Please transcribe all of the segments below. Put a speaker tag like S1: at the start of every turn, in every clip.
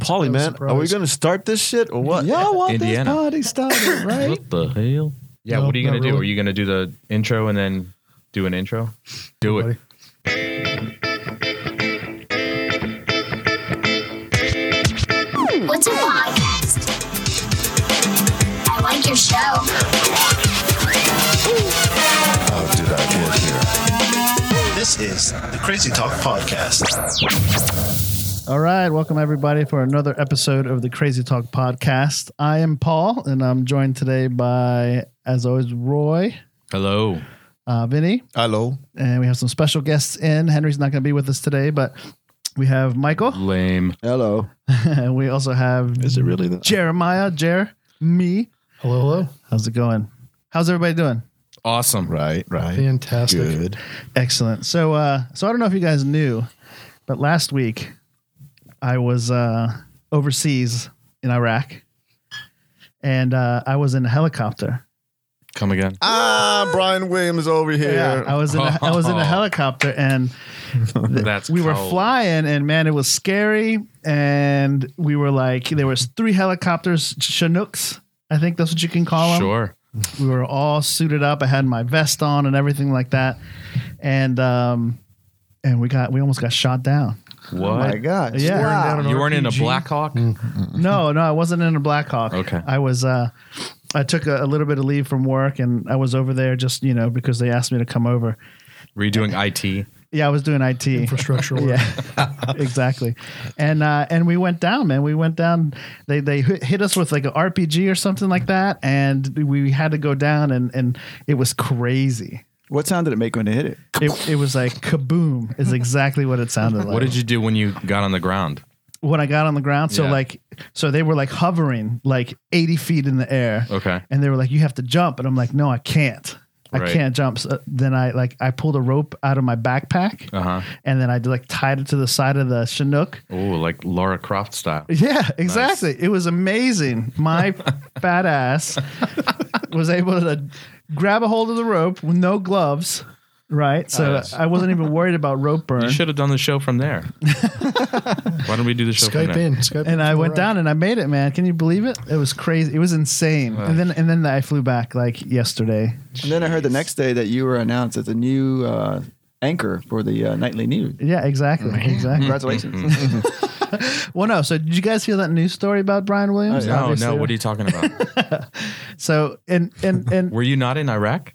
S1: Polly,
S2: I was
S1: man, are we
S2: surprised.
S1: going to start this shit or what?
S3: Y'all want
S4: Indiana.
S3: this party started, right?
S4: What the hell?
S5: Yeah,
S2: No,
S5: what are you
S2: not
S5: gonna do?
S2: really.
S5: Are you gonna do the intro and then do an intro?
S4: Do
S2: buddy.
S4: it.
S6: What's a podcast? I like your show.
S7: Oh, dude, I can't hear.
S8: This is the Crazy Talk Podcast.
S2: All right, welcome everybody for another episode of the Crazy Talk podcast. I am Paul, and I'm joined today by, as always, Roy,
S4: Hello.
S2: uh, Vinny,
S3: Hello.
S2: and we have some special guests in. Henry's not going to be with us today, but we have Michael,
S4: Lame.
S3: Hello.
S2: and we also have
S3: Is it really the
S2: Jeremiah, Jer, me.
S1: Hello, hello.
S2: How's it going? How's everybody doing?
S4: Awesome.
S3: Right, right.
S1: Fantastic.
S3: Good.
S2: Excellent. So, uh, so I don't know if you guys knew, but last week I was uh, overseas in Iraq, and uh, I was in a helicopter.
S4: Come again.
S3: Ah, Brian Williams over here.
S2: I was in a, I was in a helicopter, and
S4: That's
S2: we were
S4: cold.
S2: flying, and man, it was scary. And we were like, there was three helicopters, Chinooks. I think that's what you can call them.
S4: Sure.
S2: we were all suited up. I had my vest on and everything like that, and um, and we got we almost got shot down.
S3: oh my
S4: What?
S3: gosh.
S2: Yeah. Wow.
S1: down an
S4: You weren't in a
S1: RPG?
S4: Black Hawk?
S2: Mm. No, no, I wasn't in a Black Hawk.
S4: Okay.
S2: I was. Uh, I took a, a little bit of leave from work, and I was over there just you know because they asked me to come over.
S4: Were you doing IT?
S2: Yeah, I was doing IT.
S1: Infrastructure. work.
S2: Yeah, exactly. And uh, and we went down, man. We went down. They they hit hit us with like an RPG or something like that, and we had to go down, and and it was crazy.
S3: What sound did it make when it hit it?
S2: It, it was like kaboom is exactly what it sounded like.
S4: What did you do when you got on the ground?
S2: when I got on the ground? So
S4: Yeah.
S2: like, so they were like hovering like eighty feet in the air,
S4: Okay.
S2: and they were like, "You have to jump," and I'm like, "No, I can't." I
S4: Right.
S2: can't jump. So then I like I pulled a rope out of my backpack,
S4: Uh huh.
S2: and then I like tied it to the side of the Chinook.
S4: Oh, like Laura Croft style.
S2: Yeah, exactly. It was amazing. My fat ass was able to grab a hold of the rope with no gloves. Right, so
S4: Nice.
S2: I wasn't even worried about rope burn.
S4: You should have done the show from there. Why don't we do the show
S1: Skype
S4: from there?
S1: in. Skype
S2: and
S1: in
S2: I
S1: from
S2: went
S1: Iraq.
S2: down and I made it, man. Can you believe it? It was crazy. It was insane. And then and then I flew back like yesterday.
S3: And then I heard the next day that you were announced as a new uh, anchor for the uh, nightly news.
S2: Yeah, exactly,
S4: Mm-hmm.
S2: exactly.
S3: Congratulations.
S2: Well, no. So did you guys hear that news story about Brian Williams?
S4: Uh, No,
S2: Obviously.
S4: no. What are you talking about?
S2: So and and and
S4: Were you not in Iraq?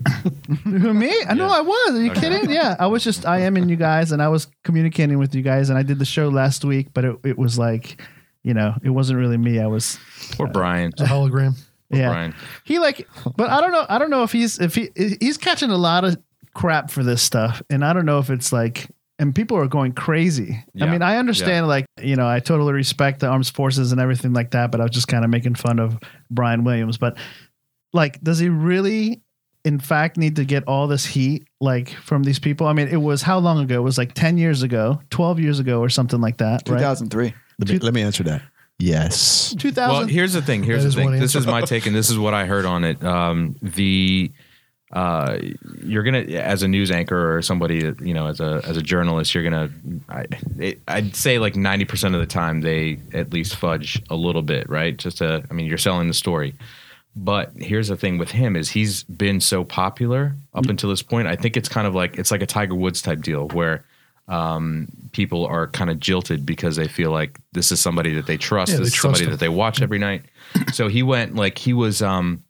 S2: who me? I know I was. Are you kidding? Yeah, I was just I am in you guys, and I was communicating with you guys, and I did the show last week, but it it was like. You know, it wasn't really me. I was,
S4: Poor Brian.
S1: It's a hologram.
S2: yeah.
S4: Brian.
S2: He like, but I don't know. I don't know if he's if he he's catching a lot of crap for this stuff, and I don't know if it's like. And people are going crazy. I
S4: Yeah.
S2: mean, I understand, like, you know, I totally respect the armed forces and everything like that, but I was just kind of making fun of Brian Williams. But, like, does he really, in fact, need to get all this heat, like, from these people? I mean, it was how long ago? It was like 10 years ago, 12 years ago, or something like that, right?
S3: 2003.
S9: Let me, let me answer that. Yes.
S2: 2000.
S4: Well, here's the thing. Here's
S1: That
S4: the
S1: is
S4: thing.
S1: one
S4: This is my take, and this is what I heard on it. Um, the uh, you're gonna, as a news anchor or somebody, you know, as a as a journalist, you're gonna. I, it, I'd say like ninety percent of the time they at least fudge a little bit, right? Just to, I mean, you're selling the story. But here's the thing with him is he's been so popular up until this point. I think it's kind of like it's like a Tiger Woods type deal where um, people are kind of jilted because they feel like this is somebody that they trust,
S1: Yeah, they
S4: this is
S1: trust
S4: somebody
S1: him.
S4: that they watch every night. so he went like he was um,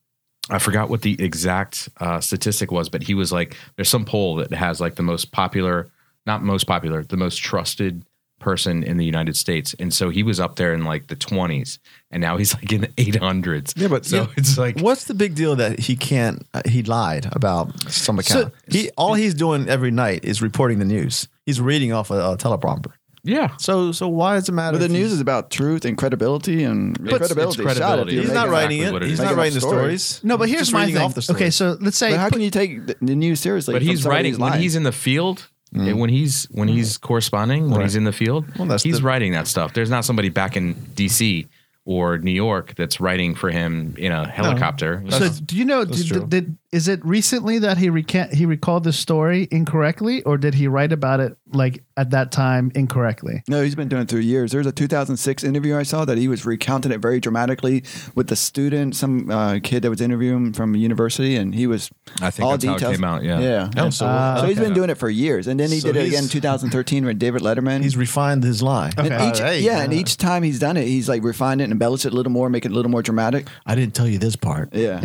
S4: I forgot what the exact uh, statistic was, but he was like there's some poll that has like the most popular, not most popular, the most trusted person in the United States, and so he was up there in like the 20s, and now he's like in the 800s.
S9: Yeah, but-
S4: so
S9: yeah.
S4: it's like
S9: What's the big deal that he can't? Uh, he lied about some account. he all he's doing every night is reporting the news. He's reading off a, a teleprompter.
S4: yeah.
S9: So so why does it matter?
S3: But the
S9: if
S3: news
S9: he's-
S3: is about truth and credibility and
S4: it's
S3: credibility. Shot if
S4: credibility.
S3: you're
S9: he's
S3: making
S9: not
S3: it.
S9: writing
S4: exactly what
S9: it.
S4: it is.
S9: He's
S3: Making
S9: not
S3: up
S9: writing the
S3: stories.
S9: stories.
S2: no, but
S9: He's
S2: here's
S9: just
S2: my
S9: reading
S2: thing.
S9: off the story.
S2: okay, so let's say,
S3: But how can you take the the news seriously?
S4: but
S3: from
S4: he's
S3: somebody
S4: writing
S3: who's
S4: when
S3: lying?
S4: he's in the field
S3: Mm.
S4: and when he's when he's corresponding when he's in the field
S9: Well, that's
S4: he's
S9: the-
S4: writing that stuff there's not somebody back in dc or new york that's writing for him in a helicopter you
S2: so
S4: know?
S2: do you know? Did,
S9: true.
S2: did, is it recently that he reca- he recalled this story incorrectly, or did he write about it like at that time incorrectly?
S3: No, he's been doing it through years. There's a 2006 interview I saw that he was recounting it very dramatically with the student, some uh, kid that was interviewing him from a university, and he was
S4: I think
S3: all
S4: that's how it
S3: details.
S4: came out, yeah.
S3: yeah. Uh,
S9: Oh, so-
S3: so he's
S9: okay.
S3: been doing it for years, and then he
S9: So
S3: did it
S9: he's-
S3: again in 2013 with David Letterman.
S9: He's refined his lie.
S3: and
S2: Okay.
S3: each,
S9: Oh, hey,
S3: yeah, and
S9: yeah.
S3: each time he's done it, he's like refined it and embellished it a little more, make it a little more dramatic.
S9: I didn't tell you this part.
S3: Yeah,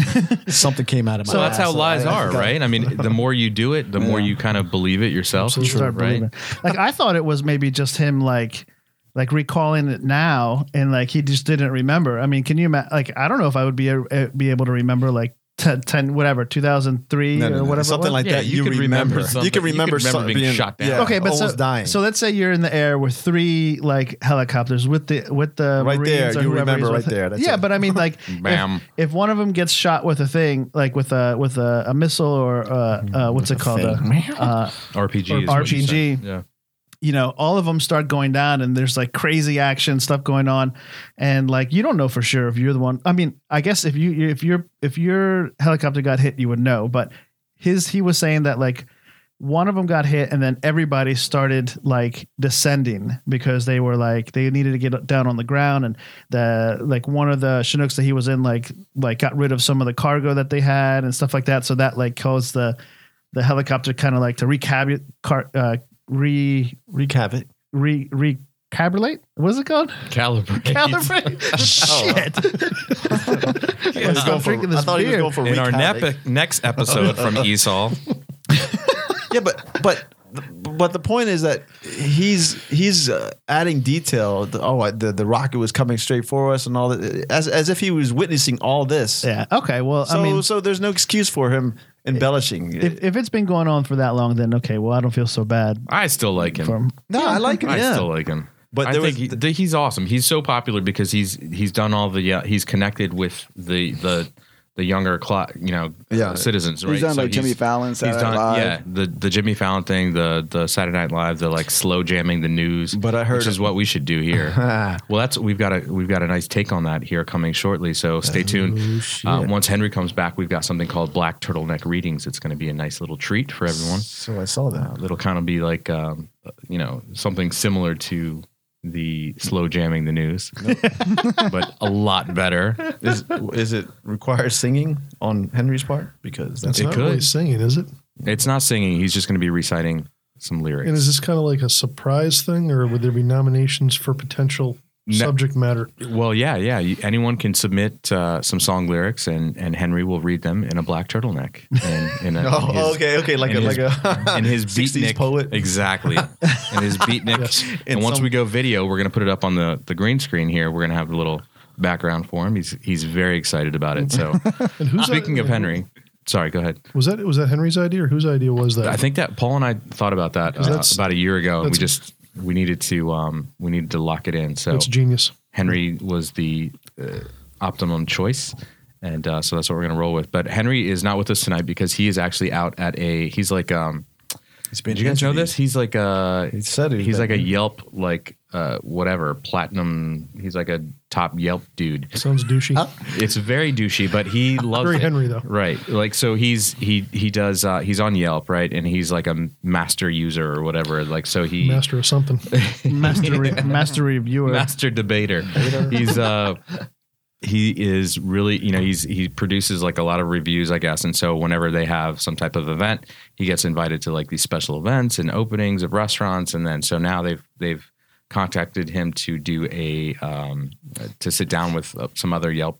S9: Something came out of my
S4: So that's
S9: ass
S4: how
S9: that
S4: lies
S9: I-
S4: are, right? I mean, the more you do it, the more
S3: Yeah.
S4: you kind of believe it yourself,
S2: So you start
S4: right?
S2: believing. Like I thought it was maybe just him like like recalling it now and like he just didn't remember. I mean, can you imagine? Like I don't know if I would be uh, be able to remember like. 10, 10 whatever 2003
S9: No, no,
S2: or
S9: no,
S2: whatever it
S9: Something
S2: was.
S9: like
S4: Yeah,
S9: that.
S4: you
S9: You,
S4: could remember
S9: remember.
S4: something.
S9: You can
S4: You could
S9: remember,
S4: remember
S9: something
S4: being shot down.
S9: Yeah,
S4: Yeah.
S2: okay, but
S9: almost
S2: so,
S9: dying.
S2: so let's say you're in the air with three like helicopters with the with the
S9: Right
S2: Marines
S9: there,
S2: or
S9: you
S2: whoever
S9: remember
S2: he's
S9: right
S2: with.
S9: there, that's
S2: yeah,
S9: it.
S2: but I mean, like,
S4: Bam.
S2: if, if one of them gets shot with a thing, like with a with a, a missile or uh, uh, what's it called, a, uh,
S4: RPG.
S2: Or
S4: is what you
S2: RPG.
S4: said. Yeah.
S2: you know, all of them start going down, and there's like crazy action stuff going on, and like you don't know for sure if you're the one. I mean, I guess if you if your if your helicopter got hit, you would know, but his he was saying that like one of them got hit and then everybody started like descending because they were like they needed to get down on the ground and the like one of the chinooks that he was in like like got rid of some of the cargo that they had and stuff like that so that like caused the the helicopter kind of like to recab car, uh, re
S9: Recap it.
S2: re recalibrate what's it called
S4: Calibrate.
S2: calibrate shit
S9: I was
S2: Stop
S9: going for-
S2: drinking this
S9: I thought he was
S2: beer.
S9: going for
S4: In our
S9: recap it.
S4: nep- next episode from Esau,
S9: Yeah, but but but the point is that he's he's uh, adding detail. The- Oh, I- the the rocket was coming straight for us and all that, as as if he was witnessing all this.
S2: yeah okay well
S9: So
S2: i mean
S9: so there's no excuse for him embellishing.
S2: if, if it's been going on for that long then okay well i don't feel so bad
S4: I still like him.
S2: from
S9: no, I like him.
S4: I
S9: yeah.
S4: still like him.
S9: But
S4: But I
S9: there
S4: think
S9: was-
S4: he- th- he's awesome. He's so popular because he's he's done all the uh, he's connected with the the the younger clock you know
S9: Yeah.
S4: uh, citizens right.
S3: he's done
S4: So
S3: like Jimmy Fallon, Saturday Night Live.
S4: yeah the the Jimmy Fallon thing the the Saturday Night Live the like slow jamming the news.
S9: But I heard-
S4: which is what we should do here. well, that's we've got a we've got a nice take on that here coming shortly. So
S9: Oh,
S4: stay tuned. Uh, once Henry comes back, we've got something called Black Turtleneck Readings. It's going to be a nice little treat for everyone Uh,
S9: so I saw that.
S4: it'll kind of be like um, you know something similar to the slow jamming the news, but a lot better.
S9: Is is it require singing on Henry's part? Because that's
S1: It's not
S4: could.
S1: really singing, is it?
S4: It's not singing; he's just going to be reciting some lyrics.
S1: And is this kind of like a surprise thing, or would there be nominations for potential
S4: No.
S1: subject matter?
S4: well, yeah, yeah. You, anyone can submit uh, some song lyrics, and and Henry will read them in a black turtleneck. And, in a, in
S9: Oh,
S4: his-
S9: okay, okay, like
S4: in
S9: a
S4: his-
S9: like a
S4: in his
S9: 60s
S4: beatnik
S9: poet.
S4: exactly in his beatnik and
S9: In
S4: once
S9: some-
S4: we go video we're going to put it up on the the green screen here we're going to have a little background for him he's he's very excited about it so
S1: And who's
S4: speaking of henry sorry go ahead
S1: Was that was that Henry's idea, or whose idea was that?
S4: i think that paul and i thought about that uh,
S1: that's-
S4: about a year ago and we
S1: that's-
S4: just we needed to um we needed to lock it in so
S1: that's genius.
S4: henry was the uh, optimum choice and uh, so that's what we're going to roll with but henry is not with us tonight because he is actually out at a he's like um
S9: He's been
S4: did you guys know this? He's like a
S9: He said he
S4: he's like a
S9: did.
S4: Yelp like uh whatever platinum. He's like a top Yelp dude.
S1: Sounds douchey.
S2: Uh,
S4: It's very douchey, but he loves
S1: Very
S4: it.
S1: Henry, though.
S4: Right. Like so he's he he does uh he's on Yelp, right? And he's like a master user or whatever. Like so he
S1: Master of something.
S2: master re- master reviewer
S4: master debater. he's uh he is really you know he's he produces like a lot of reviews I guess and so whenever they have some type of event he gets invited to like these special events and openings of restaurants and then so now they've they've contacted him to do a um to sit down with uh, some other Yelp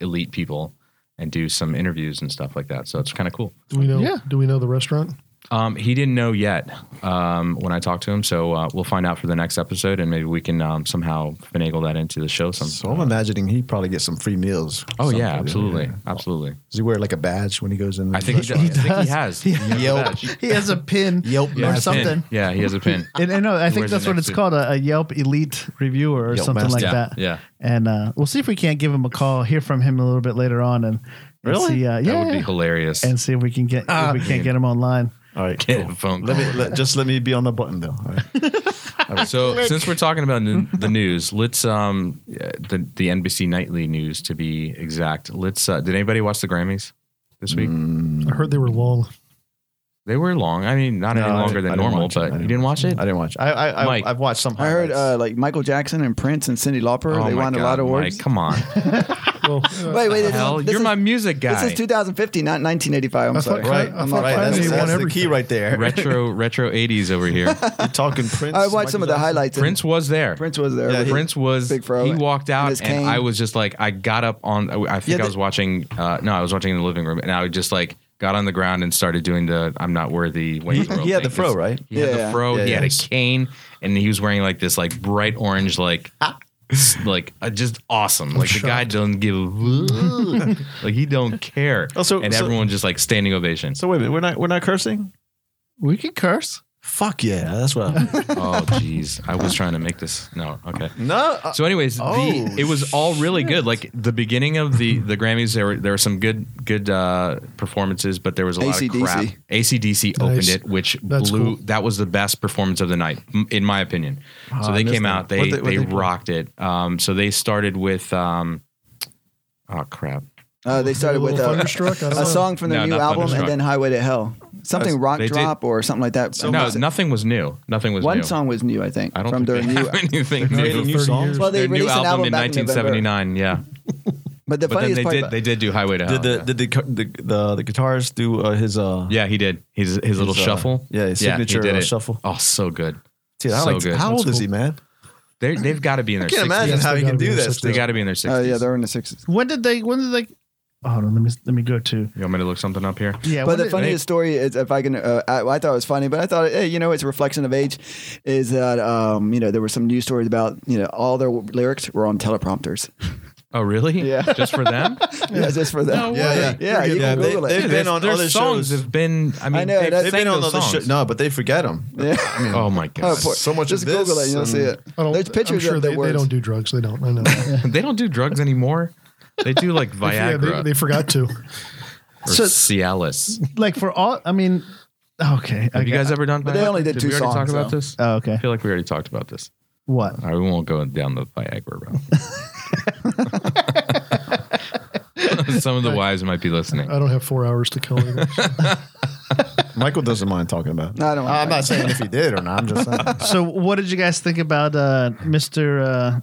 S4: elite people and do some interviews and stuff like that so it's kind of cool
S1: Do we know?
S2: Yeah.
S1: Do we know the restaurant?
S4: um, he didn't know yet um, when I talked to him, so uh, we'll find out for the next episode, and maybe we can um, somehow finagle that into the show. Some.
S9: So I'm imagining he probably gets some free meals.
S4: oh
S9: Something,
S4: yeah, absolutely,
S9: yeah.
S4: absolutely.
S9: Does he wear like a badge when he goes in?
S4: I think he, does.
S2: He
S4: I think he
S2: does.
S4: has.
S2: He-
S4: He has a
S9: Yelp.
S4: badge.
S2: he has a pin
S9: Yelp
S4: He
S2: or
S4: has a pin.
S2: something
S4: Yeah, he has a pin.
S2: And, and no, I think
S4: wears it
S2: that's what
S4: next
S2: it's
S4: to-
S2: called a, a Yelp Elite reviewer or
S9: Yelp
S2: something
S9: Master.
S2: like
S4: Yeah,
S2: that.
S4: yeah.
S2: And uh, we'll see if we can't give him a call, hear from him a little bit later on, and, and
S9: Really?
S2: see, uh, yeah,
S4: That would be hilarious.
S2: and see if we can get
S3: Ah.
S2: if we can't get him online.
S9: All right,
S4: Get
S9: cool.
S4: a phone
S9: Let
S4: call.
S9: me let, just let me be on the button though. All right.
S4: so since we're talking about n- the news, let's um the the NBC nightly news to be exact. Let's. Uh, did anybody watch the Grammys? this week?
S1: I heard they were long.
S4: They were long. I mean, not
S9: No,
S4: any
S9: I
S4: longer
S9: didn't- I
S4: than
S9: didn't
S4: normal,
S9: watch it. I
S4: but
S9: didn't
S4: you didn't watch it?
S9: I didn't watch. I, I,
S4: Mike.
S9: I I've watched some.
S3: I heard
S9: highlights.
S3: uh, like Michael Jackson and Prince and Cindy Lauper.
S4: Oh
S3: they
S4: my
S3: won a
S4: God,
S3: lot of
S4: Mike,
S3: awards.
S4: come on.
S1: Well,
S3: Wait, wait, this
S4: Hell,
S3: is, this
S4: you're
S3: is,
S4: my music guy.
S3: This is 2015, not 1985. I'm
S1: I
S3: sorry.
S1: thought Right, Kanye- I
S3: I'm
S1: thought
S3: not
S1: Kanye
S9: right,
S1: Kanye
S9: that's,
S3: fast.
S1: won
S9: that's the
S1: everything.
S9: key right there.
S4: retro retro 80s over here.
S9: You're talking Prince.
S3: I watched some of the
S9: Michael
S3: highlights. and
S4: Prince was there.
S3: Prince was there.
S9: Yeah,
S3: but he-
S4: Prince was
S3: Big Fro
S4: he walked
S3: and
S4: out
S3: his
S4: and
S3: cane.
S4: I was just like I got up on I think
S3: Yeah,
S4: I was
S3: the-
S4: watching uh no I was watching in the living room and I just like got on the ground and started doing the I'm not worthy Wayne
S9: He-
S4: Throw
S9: he had
S4: thing.
S9: the fro, right?
S4: He had the
S3: Yeah,
S4: fro,
S9: yeah,
S4: he had
S9: yeah.
S4: a cane and he was wearing like this like bright orange like
S3: Ah.
S4: s- like uh, just
S3: Oh,
S4: awesome. Like the guy doesn't give a- like he don't care.
S9: Oh, so-
S4: and
S9: so-
S4: everyone just like standing ovation.
S9: Jackson. So wait a minute, we're not we're not cursing.
S2: We can curse.
S9: Fuck yeah, that's what. I'm,
S4: oh jeez. I was trying to make this no, okay.
S9: no, uh,
S4: So, anyways,
S9: Oh,
S4: the, it was all really good. Like the beginning of the the Grammys, there were there were some good good uh, performances, but there was a lot
S3: AC/DC.
S4: of crap. ACDC
S1: Nice.
S4: opened it, which
S1: That's
S4: blew.
S1: cool.
S4: That was the best performance of the night, m- in my opinion. so
S9: I
S4: they
S9: Ah, missed
S4: came
S9: that.
S4: out, they
S9: What'd
S4: they,
S9: they- what'd they play?
S4: rocked it. Um, so they started with, um, oh crap,
S3: Uh, they started with
S1: Little
S3: uh,
S1: Thunderstruck. I don't
S3: a
S1: know.
S3: song from their
S4: No,
S3: new
S4: not
S3: album and
S4: Thunderstruck.
S3: then Highway to Hell. Something rock
S4: they did-
S3: drop or something like that.
S4: no,
S3: Was it-
S4: nothing was new. Nothing was
S3: one
S4: new.
S3: song was new, I think,
S4: I don't
S3: from
S4: think
S3: their
S4: they
S3: new.
S4: have anything
S1: Not
S4: new.
S1: for
S9: new
S1: 30
S9: songs?
S1: years.
S3: Well, they
S4: Their new
S3: released an
S4: album
S3: album
S4: in
S3: back in November.
S4: 1979, yeah.
S3: But the
S4: But then
S3: funniest
S4: they
S3: part,
S4: did
S3: about-
S4: they did do Highway to Hell.
S9: did the,
S4: yeah.
S9: did the, cu- the the the guitarist do uh, his uh?
S4: Yeah, he did. His his little
S9: His, uh,
S4: shuffle.
S9: yeah, his signature,
S4: he did
S9: uh,
S4: it.
S9: shuffle.
S4: Oh, so good.
S9: Dude, I
S4: so
S9: like
S4: good.
S9: how old
S4: That's
S9: is he, man?
S4: They they've got to be in their.
S9: I can't
S4: 60s.
S9: imagine
S1: Yes,
S9: how
S1: they
S9: he can
S1: gotta be
S9: do
S1: in their
S9: this.
S4: They
S9: dude.
S4: got to be in their
S3: Oh
S4: sixties.
S3: yeah, they're in the sixties.
S2: When did they? When did they? Hold on. Let me let me go to.
S4: you want me to look something up here?
S2: Yeah.
S3: But
S2: when
S3: the
S2: did-
S3: funniest story is, if I can, uh, I, I thought it was funny, but I thought, hey, you know, it's a reflection of age. Is that um, you know there were some news stories about you know all their lyrics were on teleprompters.
S4: Oh really?
S3: Yeah.
S4: Just for them?
S3: yeah, just for that.
S4: No way.
S3: yeah, yeah. You
S9: Yeah,
S3: can
S9: they-
S3: Google
S9: they-
S3: it.
S9: They've
S4: Their-
S9: been on
S4: their
S9: other
S4: songs
S9: shows.
S4: have been. I mean,
S3: I know,
S4: they've,
S3: that's-
S9: They've
S4: sang
S9: been on
S4: those
S9: other
S4: songs.
S9: shows. No, but they forget him.
S3: Yeah.
S4: Oh my god!
S3: Oh, poor-
S9: so much of
S3: Just
S9: this
S3: Google it, and
S4: Mm.
S3: you'll
S9: and-
S3: see it.
S1: I don't,
S3: There's
S1: I'm
S3: pictures
S1: sure
S3: of the
S1: they,
S3: words.
S1: they don't do drugs. They don't. I know. that.
S4: they don't do drugs anymore. They do like
S1: yeah,
S4: Viagra
S1: they, they forgot to.
S4: or
S2: So-
S4: Cialis.
S2: like for all. I mean. Okay.
S4: Have you guys ever done? But
S3: they only did
S4: did
S3: two
S4: we already Talk
S3: songs,
S4: about
S3: though.
S4: this?
S2: Oh, okay.
S4: I feel like we already talked about this.
S2: What?
S4: All right, we won't go down the Viagra route. Some of the wives might be listening.
S1: I don't have four hours to kill. Either, so.
S9: Michael doesn't mind talking about.
S3: No, I don't.
S1: Ah,
S9: I'm not saying if he did or not. I'm just saying.
S2: So, what did you guys think about uh, Mister uh,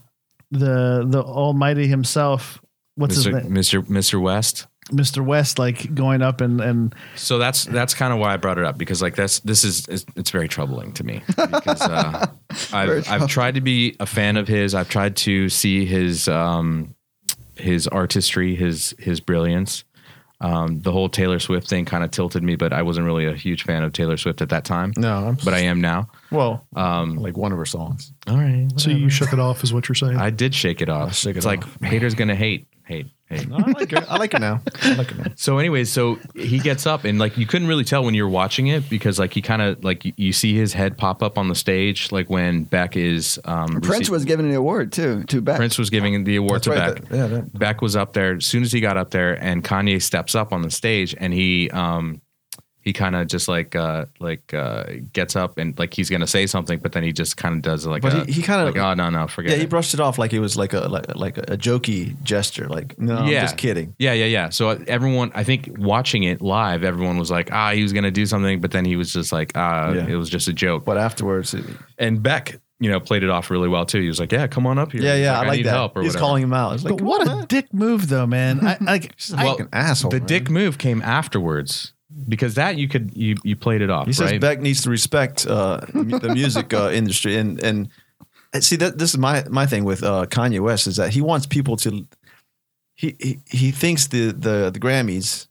S2: the the Almighty himself? What's his
S4: Mr.
S2: name,
S4: Mr. Mr. West.
S2: Mister West? Like going up and and
S4: So that's that's kind of why I brought it up because like that's this is it's, it's very troubling to me because uh, I've I've tried to be a fan of his. I've tried to see his um his artistry, his his brilliance. Um, the whole Taylor Swift thing kind of tilted me, but I wasn't really a huge fan of Taylor Swift at that time.
S9: No, I'm,
S4: But I am now.
S9: well,
S4: Um,
S9: like one of her songs.
S4: all right.
S1: so you shook it off, is what you're saying?
S4: I did shake it off.
S9: shook it
S4: it's like haters gonna hate, hate, hate.
S9: No, I like her. I like her now. I like her now.
S4: So, anyways, so he gets up and like you couldn't really tell when you're watching it because like he kind of like you, you see his head pop up on the stage like when Beck is um,
S3: Prince
S4: rece-
S3: was given an award too to Beck.
S4: Prince was giving the award to
S9: That's right,
S4: Beck.
S9: that- yeah, that-
S4: Beck was up there as soon as he got up there, and Kanye steps up on the stage and he um he kind of just like uh like uh gets up and like he's gonna say something, but then he just kind of does like
S9: But
S4: a-
S9: he- he kinda-
S4: like oh no no forget
S9: Yeah, he
S4: it."
S9: brushed it off like it was like a like, like a jokey gesture. Like no, I'm Um, just kidding.
S4: Yeah, yeah, yeah. So uh, everyone, I think watching it live, everyone was like, ah, he was going to do something, but then he was just like, ah,
S9: Yeah.
S4: it was just a joke.
S9: But afterwards, it,
S4: And Beck, you know, played it off really well too. He was like, yeah, come on up here.
S9: yeah,
S4: He's
S9: yeah, I like
S4: need
S9: that.
S4: help or
S9: He's
S4: whatever.
S9: calling him out. It's like
S2: but what a dick move though, man. I like
S9: well, an asshole.
S4: The
S9: man.
S4: dick move came afterwards because that you could you you played it off.
S9: He says
S4: right?
S9: Beck needs to respect uh, mu- the music uh, industry, and and and see that this is my my thing with uh, Kanye West is that he wants people to he he, he thinks the, the the Grammys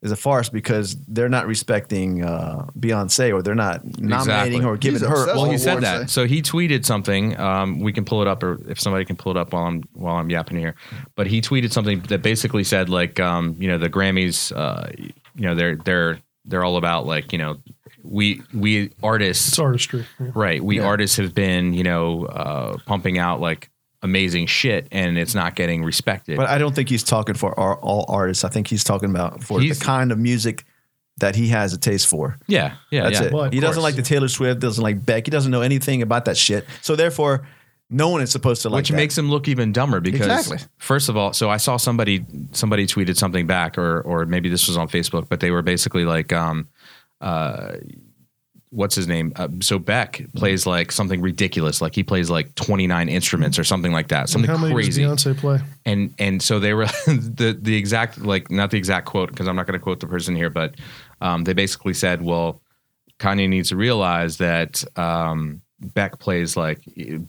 S9: is a farce because they're not respecting uh, Beyonce or they're not nominating
S4: Exactly.
S9: or giving
S3: He's
S9: her.
S3: obsessed
S9: all
S4: Well, he
S3: Awards
S4: said
S3: Day.
S4: that. So he tweeted something. Um, we can pull it up, or if somebody can pull it up while I'm while I'm yapping here. But he tweeted something that basically said like, um, you know, the Grammys, uh, you know, they're they're they're all about like, you know, we we
S1: it's
S4: artists,
S1: artistry. Yeah.
S4: right? We artists have been, you know, uh, pumping out like amazing shit, and it's not getting respected.
S9: But I don't think he's talking for our, all artists. I think he's talking about for
S4: He's-
S9: the kind of music that he has a taste for.
S4: yeah, yeah,
S9: That's
S4: yeah.
S9: it.
S1: Well, of
S9: he doesn't
S1: course.
S9: like the Taylor Swift, doesn't like Beck. He doesn't know anything about that shit. So therefore, No one is supposed to like
S4: which
S9: that.
S4: makes him look even dumber because
S9: Exactly.
S4: first of all so i saw somebody somebody tweeted something back or or maybe this was on facebook but they were basically like um uh what's his name uh, so beck plays like something ridiculous like he plays like 29 instruments or something like that something
S1: How many
S4: crazy
S1: does Beyonce play?
S4: and and so they were the the exact like not the exact quote because I'm not going to quote the person here, but um, they basically said, well, Kanye needs to realize that um, Beck plays like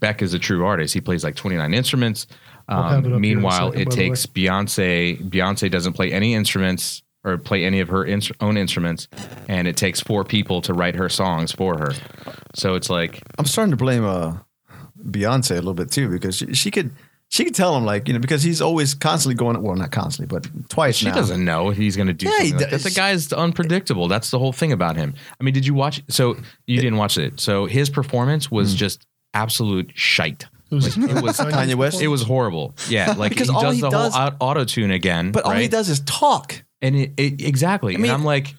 S4: Beck is a true artist. He plays like 29 instruments.
S1: have it up here
S4: Um,
S1: in a
S4: meanwhile,
S1: second,
S4: it
S1: by the way.
S4: takes Beyonce. Beyonce doesn't play any instruments or play any of her ins- own instruments, and it takes four people to write her songs for her. So it's like
S9: I'm starting to blame uh, Beyonce a little bit too because she, she could she could tell him like you know because he's always constantly going well not constantly but twice
S4: She
S9: now.
S4: doesn't know he's going to do
S9: Yeah, he
S4: something like that.
S9: does.
S4: The guy's unpredictable. That's the whole thing about him. I mean, did you watch? So you didn't watch it. So his performance was
S9: Hmm.
S4: just absolute shite.
S1: It was,
S4: It was
S9: Kanye West.
S4: it was horrible. Yeah, like
S9: Because
S4: he
S9: all
S4: does
S9: he
S4: the
S9: does-
S4: whole auto tune again.
S9: but all he
S4: right?
S9: does is talk.
S4: and it, it exactly.
S9: mean-
S4: and I'm like,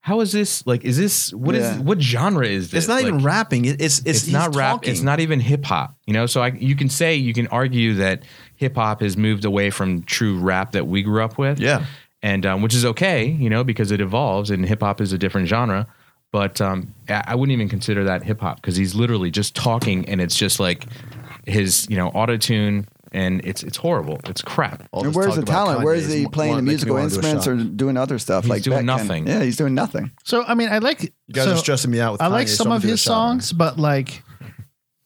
S4: how is this? Like, is this what is
S3: Yeah.
S4: what genre is this?
S9: It's not even
S4: Like,
S9: rapping. It, it's it's,
S4: It's, not rap. It's not even hip hop. You know, so I you can say you can argue that hip hop has moved away from true rap that we grew up with
S9: Yeah.
S4: and um, which is okay, you know, because it evolves and hip hop is a different genre. But um, I I wouldn't even consider that hip hop because he's literally just talking, and it's just like his, you know, auto tune, and it's it's horrible. It's crap.
S9: All
S3: And
S9: this
S3: where's
S9: talk
S3: the
S9: about
S3: talent?
S9: Kanye
S3: Where's
S9: is
S3: he
S9: more-
S3: playing
S9: more
S3: the
S9: makes me
S3: musical
S9: wanna do a
S3: instruments
S9: shot.
S3: or doing other stuff?
S4: He's
S3: like
S4: doing
S3: Beck can?
S4: nothing.
S3: Yeah, he's doing nothing.
S2: So I mean, I like
S9: You guys
S2: so,
S9: are stressing me out. With
S2: I like
S9: Kanye, so
S2: some
S9: I'm
S2: of
S9: gonna do
S2: his
S9: a shout out.
S2: songs, but like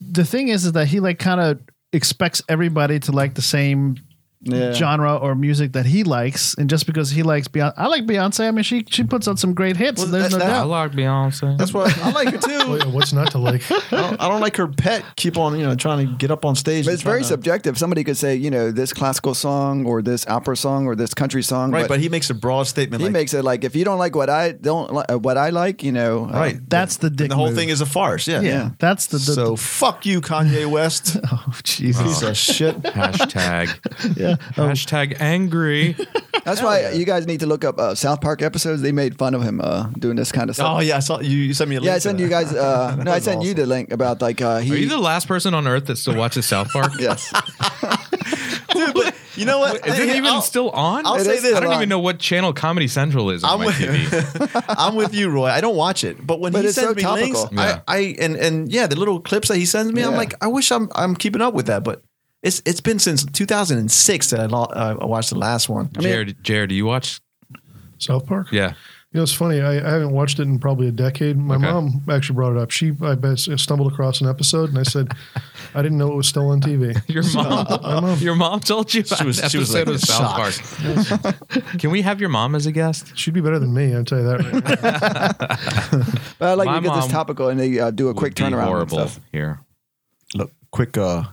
S2: the thing is, is that he like kind of expects everybody to like the same
S3: Yeah.
S2: genre or music that he likes, and just because he likes Beyonce, I like Beyonce. I mean, she she puts out some great hits.
S9: Well,
S2: there's
S9: that's
S2: no
S4: I
S9: that-
S2: doubt.
S4: like Beyonce.
S9: That's what I like her
S1: Oh,
S9: too.
S1: yeah, what's not to like?
S9: I, don't, I don't like her pet. Keep on you know trying to get up on stage.
S3: But
S9: and
S3: it's very
S9: trying to-
S3: subjective. Somebody could say, you know, this classical song or this opera song or this country song.
S9: Right, but he makes a broad statement.
S3: he
S9: like,
S3: makes it like if you don't like what I don't li- uh, what I like, you know, uh,
S9: right.
S2: That's the dick.
S9: the whole
S2: move.
S9: thing is a farce. Yeah.
S3: Yeah.
S2: That's the, the
S9: So fuck you, Kanye West.
S2: oh, Jesus.
S9: Piece of shit.
S4: Hashtag hashtag angry.
S3: That's why you guys need to look up uh, South Park episodes. They made fun of him uh, doing this kind of stuff.
S9: Oh yeah, I saw you. You sent me a link.
S3: yeah, I
S9: to
S3: sent
S9: that.
S3: you guys. Uh, no, I
S9: was
S3: sent you the link about like uh, he.
S4: Are you the last person on earth that still watches South Park?
S3: yes,
S9: You know what?
S4: Is it even
S9: I'll-
S4: still on?
S9: I'll
S4: I
S3: It
S9: say
S3: is
S9: this.
S3: still
S9: I
S4: don't
S3: on.
S4: even know what channel Comedy Central is on
S9: I'm
S4: my TV.
S9: with, I'm with you, Roy. I don't watch it, but when
S3: But
S9: he
S3: it's
S9: sends
S3: so
S9: me
S3: topical.
S9: links,
S4: Yeah.
S9: I, I and and yeah, the little clips that he sends me, I'm
S3: Yeah.
S9: like, I wish I'm I'm keeping up with that, but it's it's been since 2006 that I, lo- uh, I watched the last one.
S4: Jared, Jared, do you watch?
S1: South Park?
S4: Yeah,
S1: You know, it's funny. I, I haven't watched it in probably a decade. My
S4: Okay.
S1: mom actually brought it up. She I bet stumbled across an episode, and I said, I didn't know it was still on TV.
S4: your mom. Your mom told you about
S9: was-
S4: an
S9: she was,
S4: episode
S9: like,
S4: of South
S9: shocked.
S4: Park. Can we have your mom as a guest?
S1: She'd be better than me. I'll tell you that. Right now.
S3: but I like
S4: My
S3: you get this
S4: mom
S3: topical and they uh, do a quick
S4: Would be
S3: turnaround. and
S4: Horrible
S3: stuff.
S4: here.
S9: look, quick. Uh,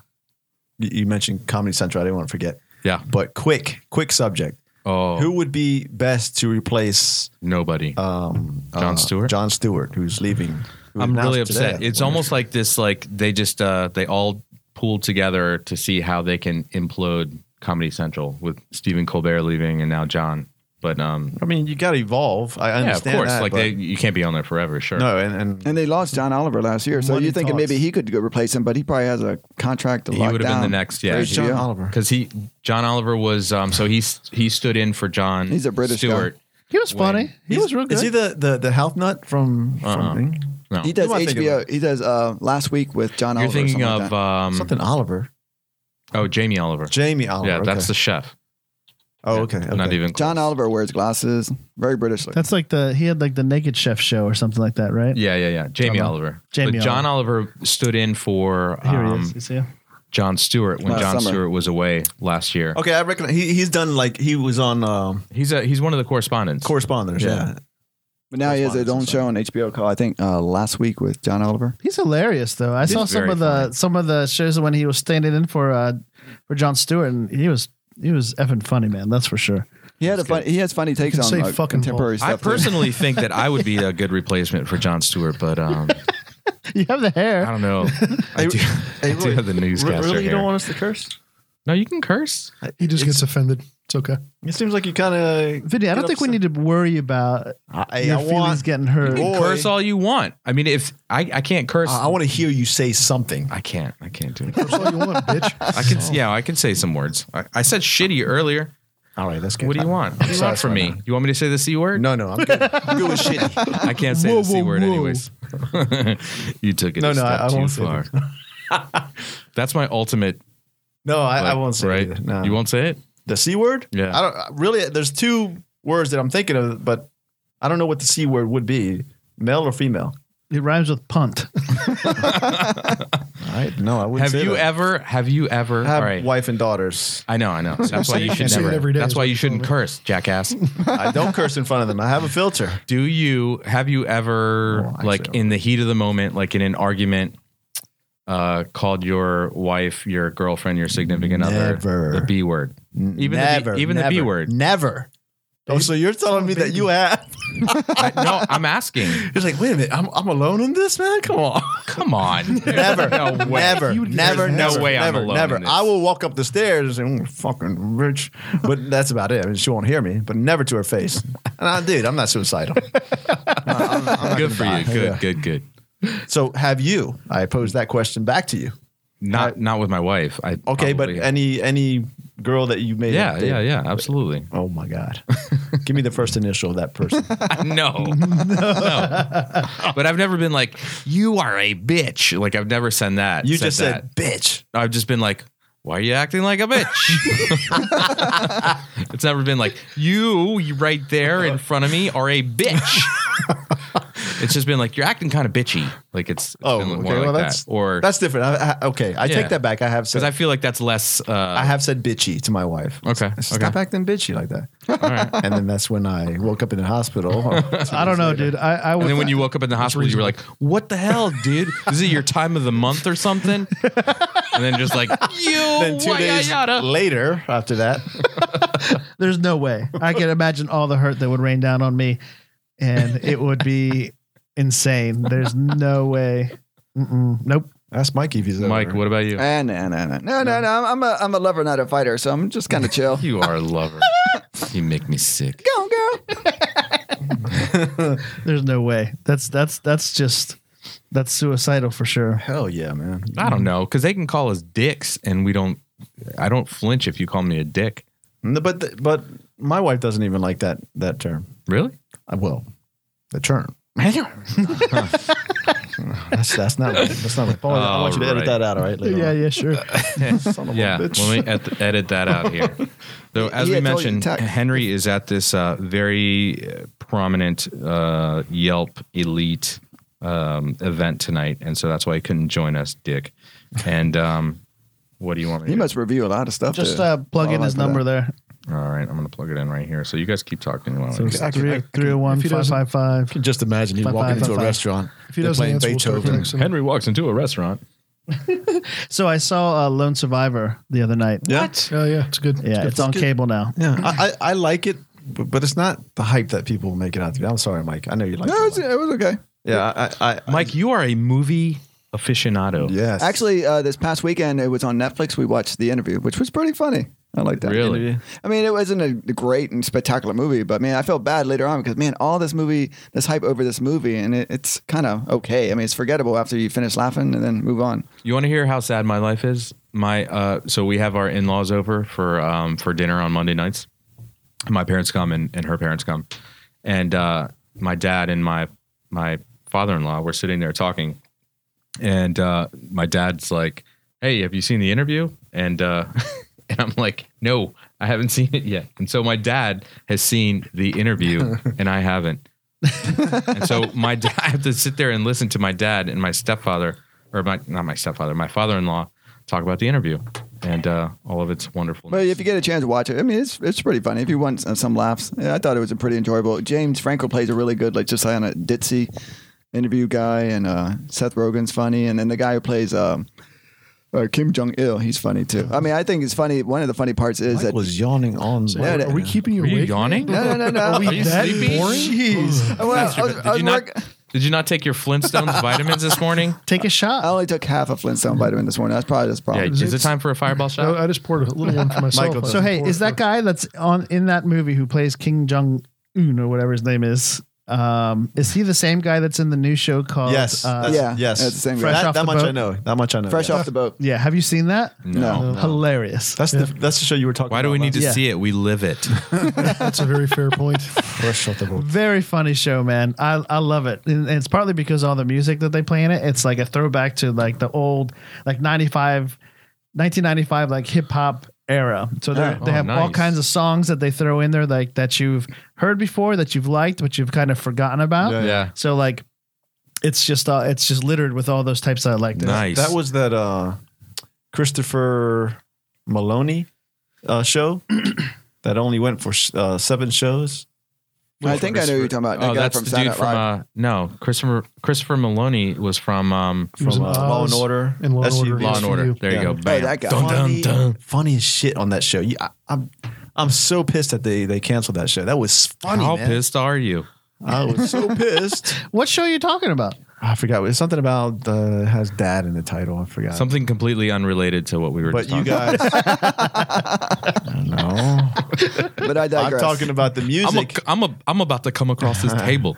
S9: you you mentioned Comedy Central. I didn't want to forget,
S4: Yeah.
S9: but quick, quick subject.
S4: Oh,
S9: Who would be best to replace
S4: nobody.
S9: um,
S4: Jon
S9: uh,
S4: Stewart?
S9: John Stewart, who's leaving. who
S4: I'm really
S9: announced
S4: upset.
S9: today.
S4: It's almost like this. Like they just uh, they all pooled together to see how they can implode Comedy Central with Stephen Colbert leaving and now John. But um,
S9: I mean, you got to evolve. I
S4: yeah, of
S9: understand.
S4: course.
S9: that,
S4: like
S9: but-
S4: they, you can't be on there forever. Sure.
S9: No, and, and
S3: And they lost John Oliver last year, so
S9: Money
S3: you're thinking
S9: talks.
S3: maybe he could go replace him, but he probably has a contract. To
S4: He
S3: lock
S4: would have
S3: down.
S4: been the next, yeah.
S3: Crazy,
S9: John Oliver.
S4: because he John Oliver was um so he he stood in for John.
S3: He's a British guy.
S4: Stewart.
S2: he was funny. he
S9: He's-
S2: was real good.
S9: Is he the the, the health nut from, from
S4: Uh-uh.
S9: thing?
S4: No,
S3: He does
S9: Who am I thinking
S3: HBO. He does uh, last week with John
S4: you're
S3: Oliver. or
S4: thinking
S3: something
S4: of
S3: like that.
S4: um
S9: something Oliver,
S4: oh Jamie Oliver.
S9: Jamie Oliver?
S4: yeah, that's
S9: okay.
S4: the chef.
S9: oh okay, okay.
S4: Not even
S3: John Oliver wears glasses, very British. Look.
S2: That's like the he had like the Naked Chef show or something like that, right?
S4: Yeah, yeah, yeah. Jamie
S2: John Ol-
S4: Oliver.
S2: Jamie
S4: but John Oliver. stood in for
S2: Here
S4: um,
S2: he is. You see him?
S4: John Stewart when
S3: Last
S4: John
S3: summer.
S4: Stewart was away last year.
S9: Okay, I reckon he, he's done like he was on um,
S4: He's a he's one of the correspondents.
S9: corresponders. Yeah.
S4: Yeah.
S3: But now he has his own show on HBO called I think uh, last week with John Oliver.
S2: He's hilarious though. I saw
S4: is
S2: some
S4: very
S2: of the
S4: funny.
S2: some of the shows when he was standing in for uh for John Stewart and he was he was effing funny, man, that's for sure.
S3: He had a fun, he has funny takes
S1: can
S3: on
S1: say
S3: like,
S1: fucking
S3: contemporary
S4: I
S3: stuff. too.
S4: personally think that I would be a good replacement for John Stewart, but um,
S2: You have the
S4: I
S2: hair.
S4: don't know. I do, I do have the newscaster
S9: Really, you
S4: hair.
S9: don't want us to curse?
S4: no, you can curse.
S1: He just gets offended. It's okay.
S9: It seems like you kind of.
S2: Vinny, I don't think we need to worry about
S9: I,
S2: your
S9: I
S2: feelings
S9: want.
S2: getting hurt.
S9: Boy.
S4: Curse all you want. I mean, if I, I can't curse,
S9: I want to hear you say something.
S4: I can't. I can't do it.
S1: That's all you want, bitch.
S4: I can. Yeah, I can say some words. I, I said shitty earlier.
S9: All right, that's good.
S4: What do you want? What do you want from me? You want me to say the c word?
S9: No, no, I'm good. I'm good with shitty.
S4: I can't say
S2: Whoa,
S4: the c
S2: whoa,
S4: word,
S2: whoa.
S4: anyways. you took it
S9: No,
S4: a
S9: no,
S4: step
S9: I- I
S4: too
S9: won't say
S4: far. That's my ultimate.
S9: No, I, I
S4: like,
S9: won't say
S4: right.
S9: it either. No.
S4: You won't say it.
S9: the c word?
S4: Yeah.
S9: I don't I- really. There's two words that I'm thinking of, but I don't know what the c word would be, male or female.
S2: It rhymes with punt.
S9: All right, no, I wouldn't.
S4: Have
S9: say
S4: you
S9: that.
S4: ever? Have you ever?
S9: I have
S4: all right.
S9: wife and daughters?
S4: I know. I know. That's why you should
S1: say it
S4: never.
S1: every day,
S4: that's
S1: is
S4: why
S1: what
S4: you
S1: you
S4: shouldn't
S1: told
S4: curse, jackass.
S9: I don't curse in front of them. I have a filter.
S4: Do you have you ever
S9: Oh, actually,
S4: like in the heat of the moment, like in an argument, uh, called your wife, your girlfriend, your significant
S9: Never.
S4: other the B word? Even the B, even the B word.
S9: Never. Oh, so you're telling me that you have?
S4: I- no, I'm asking.
S9: It's like, wait a minute, I'm, I'm alone in this, man. Come on.
S4: Come on.
S9: Never,
S4: No way.
S9: never,
S1: You-
S9: never,
S1: there's no
S9: never,
S4: way I'm
S9: never,
S4: alone
S9: never.
S4: in this.
S9: I will walk up the stairs and "Mm, fucking rich, but that's about it. I mean, she won't hear me, but never to her face. And I, dude, I'm not suicidal.
S4: Good for you. Good.
S9: Yeah.
S4: Good. Good.
S9: So, have you? I pose that question back to you.
S4: Not not with my wife. I
S9: Okay,
S4: probably-
S9: but any any girl that you made,
S4: yeah,
S9: a date-
S4: yeah, yeah, absolutely.
S9: Oh my god, give me the first initial of that person.
S4: no, no. But I've never been like, you are a bitch. Like I've never said that.
S9: You just
S4: that.
S9: said, bitch.
S4: I've just been like, why are you acting like a bitch? it's never been like, you you right there in front of me are a bitch. it's just been like, you're acting kind of bitchy. Like it's, it's
S9: Oh,
S4: been more
S9: okay.
S4: like
S9: well,
S4: that.
S9: that's
S4: Or
S9: that's different. I, I, okay, I
S4: Yeah.
S9: take that back. I have said
S4: because I feel like that's less. Uh,
S9: I have said bitchy to my wife.
S4: Okay,
S9: I said, stop
S4: okay.
S9: acting bitchy like that. And then that's when I woke up in the hospital.
S2: I don't know, dude. I, I would.
S4: and then when you woke up in the hospital, you were like, "What the hell, dude? Is it your time of the month or something?" and then just like, "You,
S9: then two
S4: why
S9: days
S4: yada."
S9: later, after that,
S2: there's no way I can imagine all the hurt that would rain down on me, and it would be insane. There's no way. Mm-mm. Nope.
S9: ask Mike if he's
S4: Mike,
S9: over.
S4: what about you?
S3: Ah, no, no, no, no, no, no. I'm a, I'm a lover, not a fighter, so I'm just kind of chill.
S4: You are a lover. you make me sick.
S3: Go on, girl.
S2: There's no way. That's that's that's just that's suicidal for sure.
S9: Hell yeah, man.
S4: I don't know because they can call us dicks, and we don't. I don't flinch if you call me a dick.
S9: No, But the, but my wife doesn't even like that that term.
S4: Really?
S9: I will. The term. that's that's not that's not. Paul, I want you to
S4: All
S9: edit
S4: right.
S9: that out. All right. later
S2: Yeah,
S9: on.
S2: yeah, sure.
S9: Son of a
S4: Yeah. Let
S9: bitch.
S4: me ed- edit that out here. Though, as
S3: Yeah, it's
S4: we
S3: all your
S4: mentioned,
S3: tact.
S4: Henry is at this uh, very uh, prominent uh, Yelp elite um, event tonight, and so that's why he couldn't join us, Dick. And um, what do you want me?
S3: He
S4: to do?
S3: must review a lot of stuff.
S2: Just
S3: to
S2: uh, plug in
S3: qualify
S2: his
S3: for
S2: number
S3: that.
S2: there.
S4: All right, I'm gonna plug it in right here. So you guys keep talking while I
S2: So it's three- 301
S1: if he doesn't-
S2: 555.
S9: Can Just imagine you
S2: Bye-bye,
S9: walking into a
S2: bye-bye.
S9: restaurant.
S1: If he
S9: they're
S1: doesn't
S9: playing
S1: answer, we'll start
S9: Beethoven.
S1: fixing it.
S4: Henry walks into a restaurant.
S2: So I saw uh, Lone Survivor the other night.
S9: What?
S1: Oh yeah, it's good.
S2: Yeah,
S1: good.
S2: it's on cable now.
S9: Yeah, I, I, I like it, but, but it's not the hype that people make it out to be. I'm sorry, Mike. I know you like
S3: No, it
S9: it.
S3: was,
S9: Mike.
S3: it was okay.
S9: Yeah, I, I, I
S4: Mike, you are a movie aficionado.
S9: Yes,
S3: Actually, uh, this past weekend it was on Netflix. We watched The Interview, which was pretty funny. I like that.
S4: Really?
S3: Interview. I mean, it wasn't a great and spectacular movie, but man, I felt bad later on because man, all this movie, this hype over this movie, and it, it's kind of okay. I mean, it's forgettable after you finish laughing and then move on.
S4: You want to hear how sad my life is? My uh, so we have our in laws over for um, for dinner on Monday nights. My parents come and, and her parents come, and uh, my dad and my my father in law were sitting there talking, and uh, my dad's like, "Hey, have you seen the interview?" And uh, and I'm like, "No, I haven't seen it yet." And so my dad has seen the interview, and I haven't. and so my dad, I have to sit there and listen to my dad and my stepfather, or my not my stepfather, my father-in-law talk about the interview and uh, all of its wonderful.
S3: But if you get a chance to watch it, I mean, it's it's pretty funny. If you want uh, some, some laughs, yeah, I thought it was a pretty enjoyable. James Franco plays a really good, like just on a ditzy interview guy, and uh, Seth Rogen's funny, and then the guy who plays. Um, uh, Kim Jong Il, he's funny too. I mean, I think it's funny. One of the funny parts is
S9: Mike
S3: that
S9: was yawning on.
S3: Yeah,
S1: Are we keeping you
S4: Are you
S1: awake?
S4: yawning?
S3: No, no, no, no.
S4: Are you
S1: that
S4: sleepy?
S1: boring?
S3: Well, uh, I was-
S4: Did
S3: I was
S4: you not?
S3: work-
S4: Did you not take your Flintstones vitamins this morning?
S2: Take a
S3: I
S2: shot.
S3: only took half a Flintstone vitamin this morning. That's probably this
S4: Yeah,
S3: problem.
S4: is it time for a fireball
S1: No,
S9: Uh,
S4: shot?
S1: I just poured a little one for myself.
S9: Michael,
S1: I
S2: So hey,
S1: poured-
S2: is that guy that's on in that movie who plays King Jong Un or whatever his name is? Um, is he the same guy that's in the new show called?
S9: Yes.
S2: Uh,
S9: that's-
S3: yeah,
S9: Yes.
S3: that's the same guy.
S2: Fresh
S9: that
S2: off
S9: that
S2: the
S9: much I
S2: boat.
S9: know. That much I know.
S3: Fresh
S9: yes.
S3: off the boat.
S2: yeah. Have you seen that?
S3: No.
S2: Hilarious.
S9: That's the that's the show you were talking.
S4: Why
S9: about
S4: do we need to
S2: Yeah.
S4: see it? We live it.
S1: That's a very fair point.
S9: fresh off the boat?
S2: Very funny show, man. I, I love it. And it's partly because all the music that they play in it, it's like a throwback to like the old, like 95, 1995, like hip hop era. So they're-
S4: Oh,
S2: they have all
S4: nice.
S2: kinds of songs that they throw in there, like that you've heard before, that you've liked, but you've kind of forgotten about.
S9: Yeah.
S4: Yeah.
S2: So like, it's just, uh, it's just littered with all those types that I liked.
S4: Nice.
S9: That was that uh, Christopher Maloney uh, show that only went for uh, seven shows.
S3: I think I know who you're talking about. That
S4: Oh,
S3: guy
S4: that's
S3: from
S4: the
S3: Saturday
S4: dude
S3: Night
S4: from
S3: Live.
S4: uh, no Christopher Christopher Maloney was from um
S1: He was
S9: From,
S1: in
S9: uh, Law and
S1: Oz
S9: Order.
S1: and Law and
S9: SUV.
S1: Order.
S4: Law and
S1: SVU.
S4: Order. There
S9: Yeah.
S4: you go. Bam.
S3: that guy.
S4: uh, Dun, dun,
S9: funny,
S4: dun.
S9: funny as shit on that show. You, I, I'm I'm so pissed that they they canceled that show. That was funny.
S4: How
S9: man. Uh,
S4: pissed are you?
S9: I was so pissed.
S2: What show are you talking about?
S9: I forgot. It's something about uh, has dad in the title. I forgot.
S4: Something completely unrelated to what we were.
S9: but
S4: just talking
S9: you
S4: about.
S9: guys, no.
S3: But I
S9: I'm
S3: digress.
S9: talking about the
S4: I'm a,
S9: music.
S4: I'm a, I'm about to come across this table.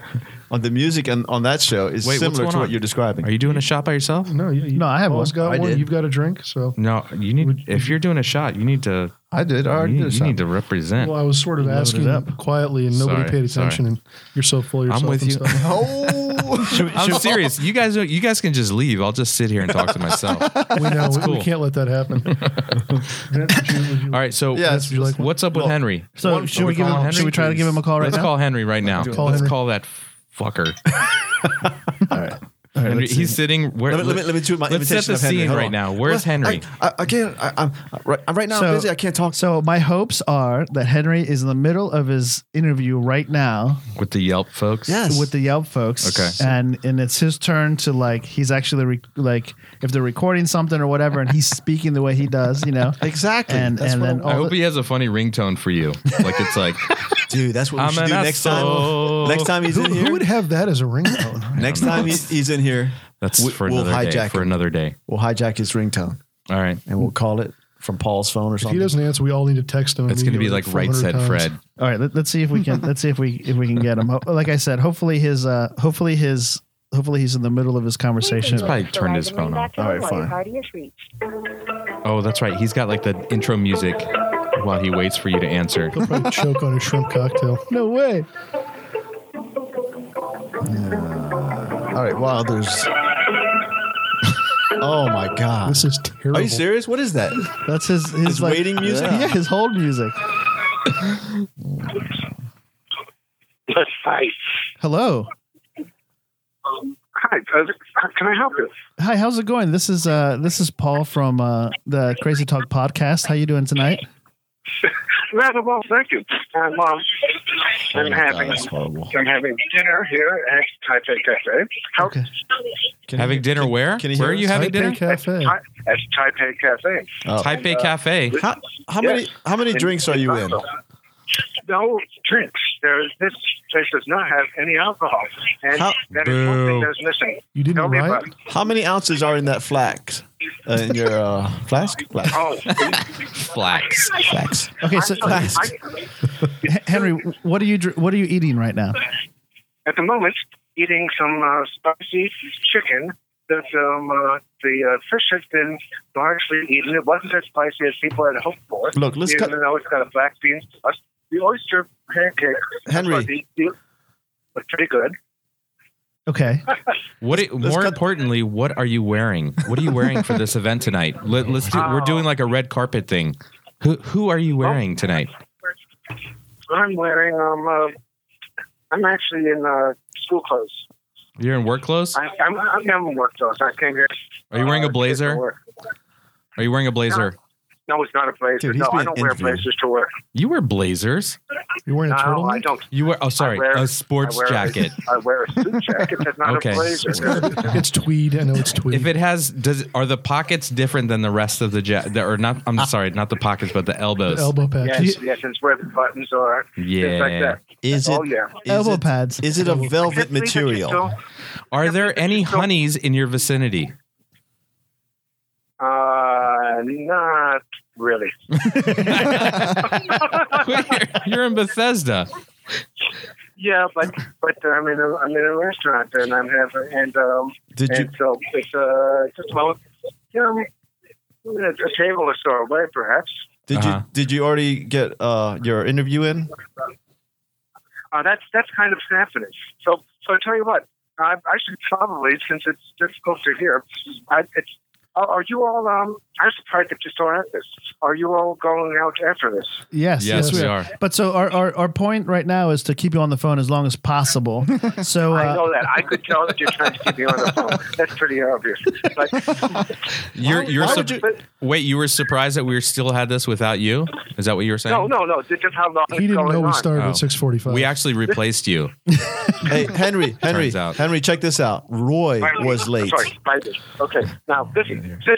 S9: on the music and on that show is
S4: Wait, what's
S9: similar
S4: going
S9: to what
S4: on?
S9: you're describing.
S4: Are you doing a shot by yourself?
S1: No, you, you
S2: No, I have
S1: Paul's
S2: one.
S1: got
S9: I
S1: one.
S9: did.
S1: You've got a drink. So,
S4: No, you need. If you're doing a shot, you need to.
S9: I did. I
S4: You,
S9: already did.
S4: you need to represent.
S1: well, I was sort of
S2: Loaded
S1: asking
S2: up.
S1: quietly, and nobody
S4: Sorry,
S1: paid attention.
S4: sorry.
S1: And you're so full of yourself.
S4: with
S1: and
S4: you.
S1: stuff.
S9: Oh.
S4: I'm serious. You guys, you guys can just leave. I'll just sit here and talk to myself. All
S1: We know we, we
S4: cool.
S1: can't let that happen. Vince, would you- would you-
S4: right. So,
S1: Yes, would you like one?
S4: what's up with Henry?
S2: So
S4: What-
S2: should we give
S4: call
S2: him- should we try to give him a call right
S4: Let's
S2: now?
S4: call Henry right now.
S1: Call
S4: Let's
S1: Henry.
S4: call that fucker.
S2: All right,
S4: Henry,
S2: let's see.
S4: he's sitting. Where,
S9: Let me, let me, let me do my
S4: Let's set
S9: imitation
S4: the
S9: of Henry.
S4: scene
S9: Hold
S4: right
S9: on.
S4: now. Where's
S9: Well,
S4: Henry?
S9: I, I, I can't. I, I'm I- right, I'm right now. I'm busy. I can't talk.
S2: So my hopes are that Henry is in the middle of his interview right now
S4: with the Yelp folks.
S9: Yes.
S2: with the Yelp folks.
S4: Okay.
S2: and and it's his turn to like he's actually re- like if they're recording something or whatever, and he's speaking the way he does, you know.
S9: Exactly.
S2: And
S9: That's
S2: and
S9: what
S2: then
S9: I
S2: all
S4: I hope
S2: the-
S4: he has a funny ringtone for you. Like it's like
S9: dude, that's what we
S4: I'm
S9: should
S4: an
S9: do next
S4: asshole.
S9: time. Next time he's in
S1: Who would
S9: here.
S1: have that as a ringtone?
S9: Next time he, he's in here,
S4: that's
S9: We-
S4: for
S9: we'll
S4: another day.
S9: hijack
S4: For
S9: him.
S4: another day.
S9: we'll hijack his ringtone
S4: All right.
S9: and we'll call it from Paul's phone or
S1: if he
S9: something.
S1: doesn't answer, we all need to text him.
S4: It's going to be
S1: immediately
S4: like right
S1: 400
S4: said
S1: times.
S4: Fred.
S2: all right, let, us see if we can let's see if we if we can get him. Ho- Like I said, hopefully his uh hopefully his hopefully he's in the middle of his conversation.
S4: He's probably turned his phone off.
S9: All right, fine.
S4: Oh, that's right. He's got like the intro music while he waits for you to answer.
S1: He'll probably choke on a shrimp cocktail.
S2: No way.
S9: All right. Wow. There's. oh my god.
S1: This is terrible.
S9: Are you serious? What is that?
S2: That's his his,
S9: His
S2: like,
S9: waiting music?
S2: Yeah. his hold music.
S10: Let's fight.
S2: Hello.
S10: Hi, uh, how can I help you?
S2: Hi, how's it going? This is uh this is Paul from uh the Crazy Talk podcast. How you doing tonight?
S10: Rather well, thank you. I'm, um, I'm having
S9: horrible.
S10: I'm having dinner here at Taipei Cafe. How,
S2: Okay.
S9: Can
S4: Having dinner where?
S9: can he
S4: where
S9: hear
S4: are you
S9: us?
S4: having
S1: Taipei
S4: dinner?
S1: Cafe.
S10: Hi- At Taipei Cafe.
S4: Taipei Cafe.
S9: How, how
S10: Yes.
S9: many how many drinks are you in?
S10: No drinks. There, this place does not have any alcohol, and
S9: How-
S10: that is one thing
S4: Boo.
S10: that's missing.
S1: You didn't
S10: Tell me
S1: write?
S10: about it.
S9: How many ounces are in that flax? Uh, in your uh, flask? Flask.
S10: Oh,
S4: Flax.
S9: Flax.
S2: Okay, so
S10: I'm
S9: Flask.
S10: sorry. I-
S2: H- Henry, what are you dr- what are you eating right now?
S10: at the moment eating some uh, spicy chicken that um, uh, the uh, fish has been largely eaten. It wasn't as spicy as people had hoped for.
S9: Look, let's
S10: even
S9: cut-
S10: though it's got a black bean sauce. The oyster pancake
S9: Henry.
S10: the, the, was pretty good.
S2: Okay.
S4: What? i- more
S9: cut-
S4: importantly, what are you wearing? What are you wearing for this event tonight? Let, let's do. We're doing like a red carpet thing. Who Who are you
S10: Oh.
S4: wearing tonight?
S10: I'm wearing um, uh, I'm actually in uh, school clothes.
S4: You're in work clothes.
S10: I, I'm I'm in work clothes. I came here.
S4: Are you wearing a
S10: uh,
S4: blazer?
S10: to work.
S4: Are you wearing a blazer?
S10: No, it's not a blazer.
S9: Dude, he's
S10: no, I
S9: being
S10: don't wear
S9: interviewed.
S10: blazers to work.
S4: You wear blazers.
S1: You're wearing a
S10: No, I
S1: turtleneck.
S10: don't.
S4: You wear oh sorry,
S10: I wear-
S4: a sports
S10: I wear a-
S4: jacket.
S10: I wear a suit jacket that's not
S4: Okay.
S10: a blazer.
S1: It's tweed. I know it's tweed.
S4: If it has does are the pockets different than the rest of the jacket or not
S9: Ah.
S4: I'm sorry, not the pockets but the elbows.
S1: The elbow patch.
S10: yes, yes, it's where the buttons are. Things like
S4: yeah.
S10: that.
S9: Is it
S10: oh, yeah.
S9: is
S2: Elbow
S9: it-
S2: pads.
S9: Is it a velvet
S10: Can't believe I just
S9: material?
S10: don't-
S4: Are there any honeys in your vicinity?
S10: Uh, not really.
S4: You're in Bethesda.
S10: Yeah, but but uh, I'm in a I'm in a restaurant and I'm having and um
S9: Did you
S10: and so it's uh just well you know a, a table or so away perhaps.
S9: did
S4: Uh-huh.
S9: you did you already get uh, your interview in?
S10: Uh, that's that's kind of happening. So so I tell you what, I, I should probably since it's difficult to hear. I, it's are are you all? Um, I'm surprised that you still have this. Are you all going out after this?
S2: Yes, yes,
S4: Yes,
S2: we
S4: we
S2: are.
S4: are.
S2: But so our, our, our point right now is to keep you on the phone as long as possible. So
S10: I
S2: uh,
S10: know that. I could tell that you're trying to keep me on the phone. That's pretty obvious. But
S4: You're you're
S9: why
S4: sur-
S9: would you-
S10: but-
S4: wait, you were surprised that we were still had this without you? Is that what you were saying?
S10: no, no, no. This is how long it's
S1: he didn't
S10: going
S1: know we
S10: on.
S1: started
S4: Oh.
S1: at 6:45.
S4: We actually replaced you.
S9: Hey Henry, Henry,
S4: Turns out.
S9: Henry, check this out. Roy
S10: Right.
S9: was late.
S10: Sorry, spiders. Okay, now listen, listen.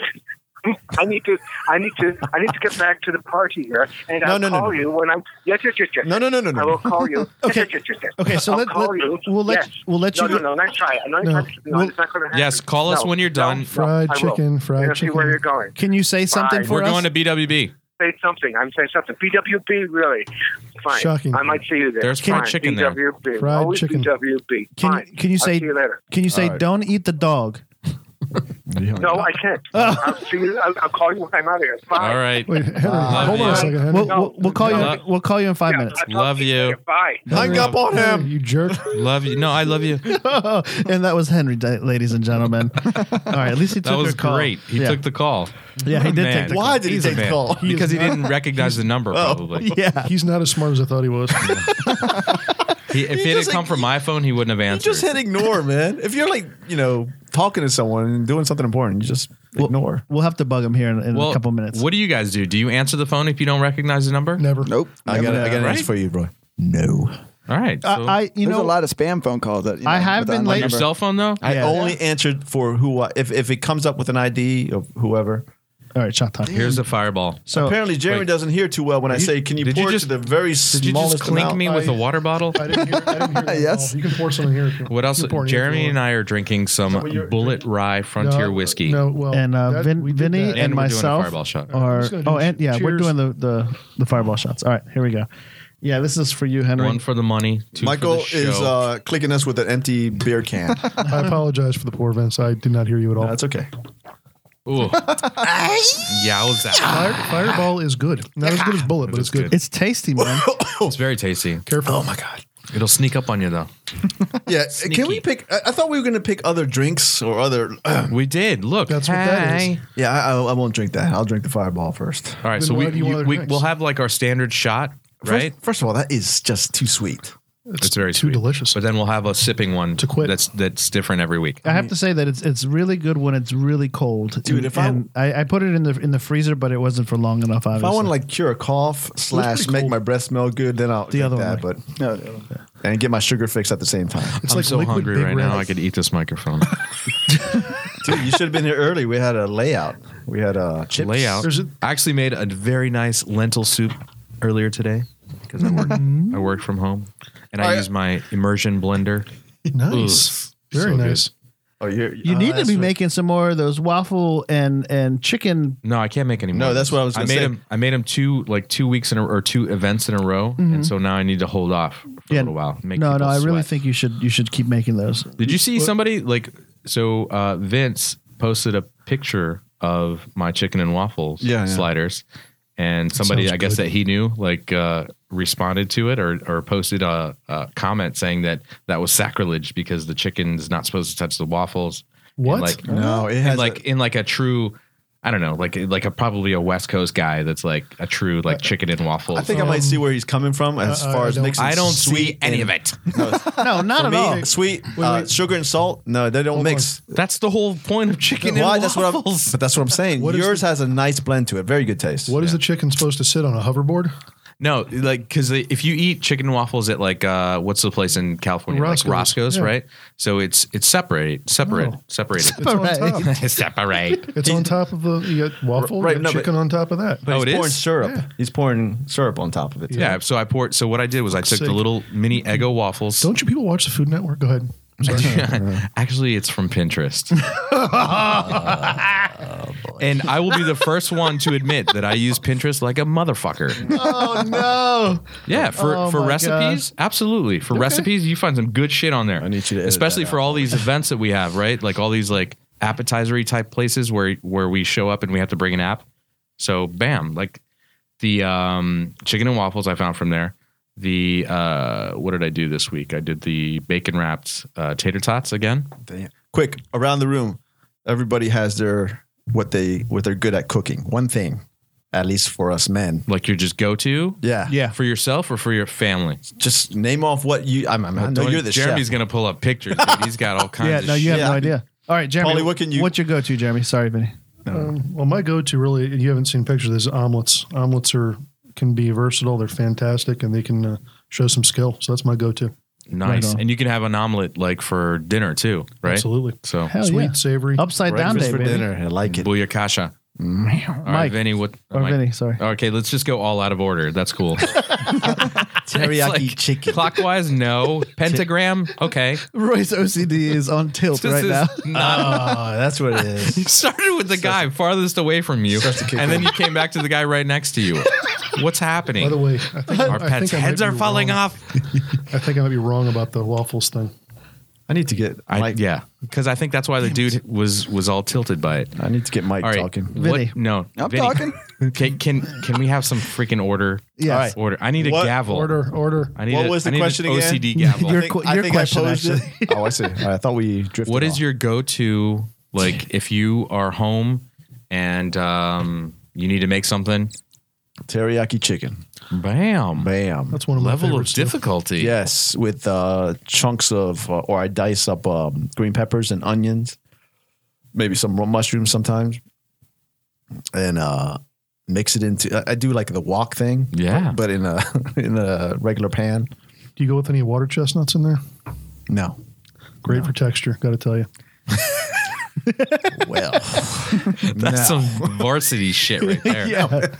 S10: I need to, I need to, I need to get back to the party here, and
S9: No,
S10: I'll
S9: no, no,
S10: call
S9: no.
S10: you when I'm. Yes, yes, yes, yes.
S9: No, no, no, no, no.
S10: I will call you.
S2: Okay.
S10: Yes, yes, yes, yes, yes.
S2: okay, so
S10: I'll
S2: let,
S10: call
S2: let-
S10: you.
S2: we'll let
S10: Yes.
S2: we'll let
S10: No,
S2: you.
S10: no, no. Nice try. No,
S1: No.
S10: no. no
S2: Well-
S10: it's not going to happen.
S4: Yes, call us
S10: No,
S4: when you're
S10: no,
S4: done.
S10: no,
S1: Fried
S10: I will.
S1: chicken, fried
S10: I don't see
S1: chicken.
S10: where you're going.
S2: Can you say something
S10: Fine.
S2: for
S4: We're
S2: us?
S4: going to BWB.
S10: Say something. I'm saying something. BWB, really? Fine.
S1: Shocking.
S10: I might see you there.
S4: There's
S10: Fine.
S4: fried chicken there.
S10: BWB.
S1: Fried
S10: Always
S1: chicken.
S10: BWB.
S2: Can-
S10: Fine.
S2: can you say-
S10: I'll see you later?
S2: Can you say don't eat the dog?
S10: No, I can't. I'll, see you, I'll, I'll call you when I'm out of here. Bye.
S4: All right.
S1: Wait, Henry,
S4: Love
S1: hold on
S4: you.
S1: a second. Henry.
S2: We'll, we'll, we'll call
S4: No.
S2: you. We'll call you in five
S10: Yeah,
S2: minutes.
S10: I'll talk
S4: Love
S10: to you.
S4: you.
S10: later. Bye.
S9: Hang up on
S1: Henry,
S9: him.
S1: you jerk.
S4: Love you. No, I love you.
S2: and that was Henry, da- ladies and gentlemen. All right, at least he took
S4: That was
S2: your call.
S4: great. He
S2: yeah.
S4: took the call.
S2: Yeah, he did
S4: Man.
S2: take the
S9: Why did he
S4: He's a
S9: take the
S4: man.
S9: call? Oh.
S1: is
S4: because he
S1: not-
S4: didn't recognize the number, probably.
S2: call. Yeah.
S1: He's not as smart as I thought he was.
S4: He, if
S9: You
S4: it had
S9: just-
S4: come from my phone, he wouldn't have
S9: You
S4: answered.
S9: just hit ignore, man. If you're like, you know, talking to someone and doing something important, you just ignore.
S2: We'll have to bug him here in, in
S4: well,
S2: a couple minutes.
S4: What do you guys do? Do you answer the phone if you don't recognize the number?
S1: Never.
S3: Nope.
S9: I got,
S3: Never.
S9: I got an
S4: Right?
S9: answer for you, bro. No.
S4: All right. So
S2: I, I you
S3: There's
S2: know
S3: a lot of spam phone calls that you know,
S2: I have
S3: without
S2: been
S3: my
S2: late-
S4: your
S3: number.
S4: cell phone though?
S9: I
S2: Yeah.
S9: only answered for who I, if if it comes up with an ID of whoever.
S2: All right, shot time.
S4: Here's a fireball.
S2: so
S9: Apparently, Jeremy
S4: Wait.
S9: doesn't hear too well when I
S4: you-
S9: say, "Can you
S4: did you
S9: pour it
S4: just-
S9: to the very
S4: Did you
S9: smallest
S4: just clink
S9: amount?"
S4: me with
S1: I-
S4: a water bottle?
S1: I didn't hear. I didn't hear that at
S3: Yes.
S1: all. You can pour some in here. If you want.
S4: What else?
S1: You're pouring it
S4: Jeremy
S1: if you
S4: and
S1: want.
S4: I are drinking some Bullet Rye Frontier
S1: No,
S4: whiskey.
S1: Uh, No, well,
S2: and uh,
S1: Oh, that-
S2: Vin,
S1: we did
S2: Vinny
S1: that.
S2: and,
S4: And we're doing a
S2: myself
S4: fireball shot.
S1: All right,
S2: are.
S1: we're just gonna do
S2: oh, and yeah, we're
S1: cheers.
S2: doing the, the the fireball shots. All right, here we go. Yeah, this is for you, Henry.
S4: One for the money. Two
S9: Michael
S4: for the
S9: is
S4: show.
S9: uh, clicking us with an empty beer can.
S1: I apologize for the poor Vince. I did not hear you at all.
S9: That's okay.
S4: Ooh. Yowza.
S1: Fire, fireball is good. Not as good as bullet, but it's good.
S2: it's tasty, man.
S4: It's very tasty.
S1: Careful.
S9: Oh my god.
S4: It'll sneak up on you though.
S9: Yeah.
S4: Sneaky.
S9: Can we pick? I, I thought we were going to pick other drinks or other.
S4: We did. Look.
S1: That's what that is.
S4: Hey.
S9: yeah, I, I I won't drink that. I'll drink the Fireball first.
S4: All right.
S1: Then
S4: so
S1: why
S4: we,
S1: do you
S4: you-
S1: want
S4: we
S1: to
S4: we'll
S1: mix?
S4: have like our standard shot, right?
S9: First, first of all, that is just too sweet.
S4: It's, very
S1: too
S4: sweet.
S1: delicious.
S4: But then we'll have a sipping one
S1: To quit.
S4: That's that's different every week.
S2: I have to say that it's it's really good when it's really cold,
S9: Dude,
S2: And-
S9: if I-
S2: and I, I put it in the in the freezer, but it wasn't for long enough. Obviously,
S9: If I want to like cure a cough slash
S1: pretty
S9: make
S1: cool.
S9: my breath smell good, then I'll drink
S2: other one,
S9: that. But no, and get my sugar fix at the same time.
S1: It's
S4: I'm
S1: like
S4: so
S1: liquid
S4: hungry
S1: Big
S4: right
S1: Red.
S4: now. I could eat this microphone.
S9: Dude, you should have been here early. We had a layout. We had a chips.
S4: Layout.
S1: There's a-
S4: I actually made a very nice lentil soup earlier today because I worked. I worked from home, and I,
S9: I-
S4: used my immersion blender.
S1: Nice. Very
S4: So good.
S1: nice.
S9: Oh, you're,
S2: you
S9: oh,
S2: need to
S9: that's
S2: be
S9: right.
S2: making some more of those waffle and and chicken.
S4: No, I can't make any more.
S9: No, that's what I was
S4: I
S9: gonna
S4: made
S9: say.
S4: him. I made him two like two weeks in a, or two events in a row, and so now I need to hold off for a
S2: Yeah.
S4: little while. Make
S2: no, no,
S4: people
S2: I really
S4: sweat.
S2: think you should you should keep making those.
S4: Did you see somebody like so? Uh, Vince posted a picture of my chicken and waffles
S9: Yeah, yeah.
S4: sliders, and somebody
S1: sounds
S4: I guess
S1: good.
S4: that he knew like uh, responded to it or or posted a, a comment saying that that was sacrilege because the chicken's not supposed to touch the waffles. And,
S1: What?
S4: like
S9: No, it
S4: and
S9: has
S4: like
S9: like
S4: in like a true I don't know, like like a probably a West Coast guy that's like a true like chicken and waffles.
S9: I think I might see where he's coming from as
S1: I- I
S9: far as
S1: don't-
S9: mixing.
S4: I don't
S9: sweet
S4: see any
S9: and-
S4: of it.
S2: No, not
S9: For
S2: at
S9: me,
S2: all.
S9: Sweet,
S1: Wait,
S9: uh,
S1: wait.
S9: sugar and salt. No, they don't
S1: Hold
S9: mix.
S4: That's the whole point of chicken
S9: Why?
S4: and
S9: That's what I'm.
S4: waffles.
S9: But that's what I'm saying.
S1: What is
S9: Yours
S1: the-
S9: has a nice blend to it. Very good taste.
S1: What is the chicken supposed to sit on a hoverboard?
S4: No, like because if you eat chicken and waffles at like uh, what's the place in California?
S1: Roscoe's,
S4: like Roscoe's,
S1: yeah. Oh.
S4: right? So it's it's separate, separate, separated.
S1: It's on top.
S4: separate.
S1: It's on top of the you got waffle,
S9: Right,
S1: you got
S9: no, but-
S1: chicken on top of that.
S9: But
S4: Oh,
S9: he's
S4: it
S9: pouring
S4: is?
S9: syrup. He's pouring syrup on top of it. Too.
S4: Yeah. So I poured. So what I did was I took
S1: Sick. Mm-hmm.
S4: the little mini Eggo waffles.
S1: Don't you people watch the Food Network? Go ahead. I'm sorry.
S4: Actually, it's from Pinterest. and I will be the first one to admit that I use Pinterest like a motherfucker.
S2: Oh no!
S4: Yeah, for,
S2: Oh,
S4: for
S2: my
S4: recipes, absolutely. For recipes, you find some good shit on there. I
S9: need you to edit
S4: especially
S9: that
S4: for all these events that we have, right? Like all these like appetizery type places where where we show up and we have to bring an app. So bam, like the um, chicken and waffles I found from there. The uh, what did I do this week? I did the bacon wrapped uh, tater tots again.
S9: Damn. Quick around the room. Everybody has their what they what they're good at cooking. One thing, at least for us men.
S4: Like your just go to.
S9: Yeah.
S2: Yeah.
S4: For yourself or for your family?
S9: Just name off what you. I'm. I'm I know
S4: Don't-
S9: you're the
S4: Jeremy's
S9: chef.
S4: gonna pull up pictures. dude. He's got all kinds.
S2: Yeah,
S4: of
S2: no, you have
S9: shit.
S2: no idea. All right, Jeremy,
S9: Paulie, what can you-
S2: What's your go-to, Jeremy? Sorry, Vinny.
S1: Um, well, my go-to really, you haven't seen pictures. of this, omelets. Omelets are can be versatile. They're fantastic, and they can uh, show some skill. So that's my go-to.
S4: nice,
S2: Right on.
S4: and you can have an omelet like for dinner too, right?
S1: Absolutely.
S4: So
S2: Hell
S1: Sweet,
S2: yeah.
S1: savory.
S2: Upside down
S9: Breakfast
S2: day,
S9: for
S2: baby.
S9: dinner. I like it.
S4: booyakasha. All right,
S2: Mike.
S4: Vinny. What?
S2: Or
S4: Mike.
S2: Vinny, sorry.
S4: Okay, let's just go all out of order. That's cool.
S9: Teriyaki
S4: like
S9: chicken.
S4: Clockwise, no. Pentagram, okay.
S2: Roy's OCD is on tilt
S4: This
S2: right
S4: is
S2: now.
S4: not-
S9: Oh, that's what it is.
S4: you started with the guy farthest away from you, and then you came back to the guy right next to you. What's happening?
S1: By the way, I think,
S4: Our
S1: I
S4: pets'
S1: think I might
S4: heads
S1: be
S4: are falling
S1: wrong.
S4: off.
S1: I think I might be wrong about the waffles thing.
S9: I need to get.
S4: I,
S9: Mike,
S4: yeah, because I think that's why the dude was was all tilted by it.
S9: I need to get Mike
S4: All right,
S9: talking.
S4: what-
S2: Vinny.
S4: No,
S3: I'm
S4: Vinny.
S3: talking.
S4: Can, can can we have some freaking order?
S2: Yes. All right.
S4: order. I need a
S9: What
S4: gavel.
S1: Order, order.
S4: I need.
S9: What
S4: a-
S9: was
S4: I
S9: the
S4: need an
S9: question again?
S4: OCD gavel.
S2: Your que- your question,
S9: it. oh, I see. All right, I thought we drifted.
S4: what
S9: off.
S4: is your go-to like if you are home and um, you need to make something?
S9: teriyaki chicken?
S4: Bam.
S9: Bam.
S1: That's one of my
S4: Level of
S1: favorites, too.
S4: difficulty.
S9: Yes, with uh, chunks of, uh, or I dice up um, green peppers and onions, maybe some raw mushrooms sometimes, and uh, mix it into. I, I do like the wok thing,
S4: Yeah.
S9: but in a in a regular pan.
S1: Do you go with any water chestnuts in there?
S9: No,
S1: Great for texture. Got to tell you.
S9: well,
S4: That's some varsity shit right there.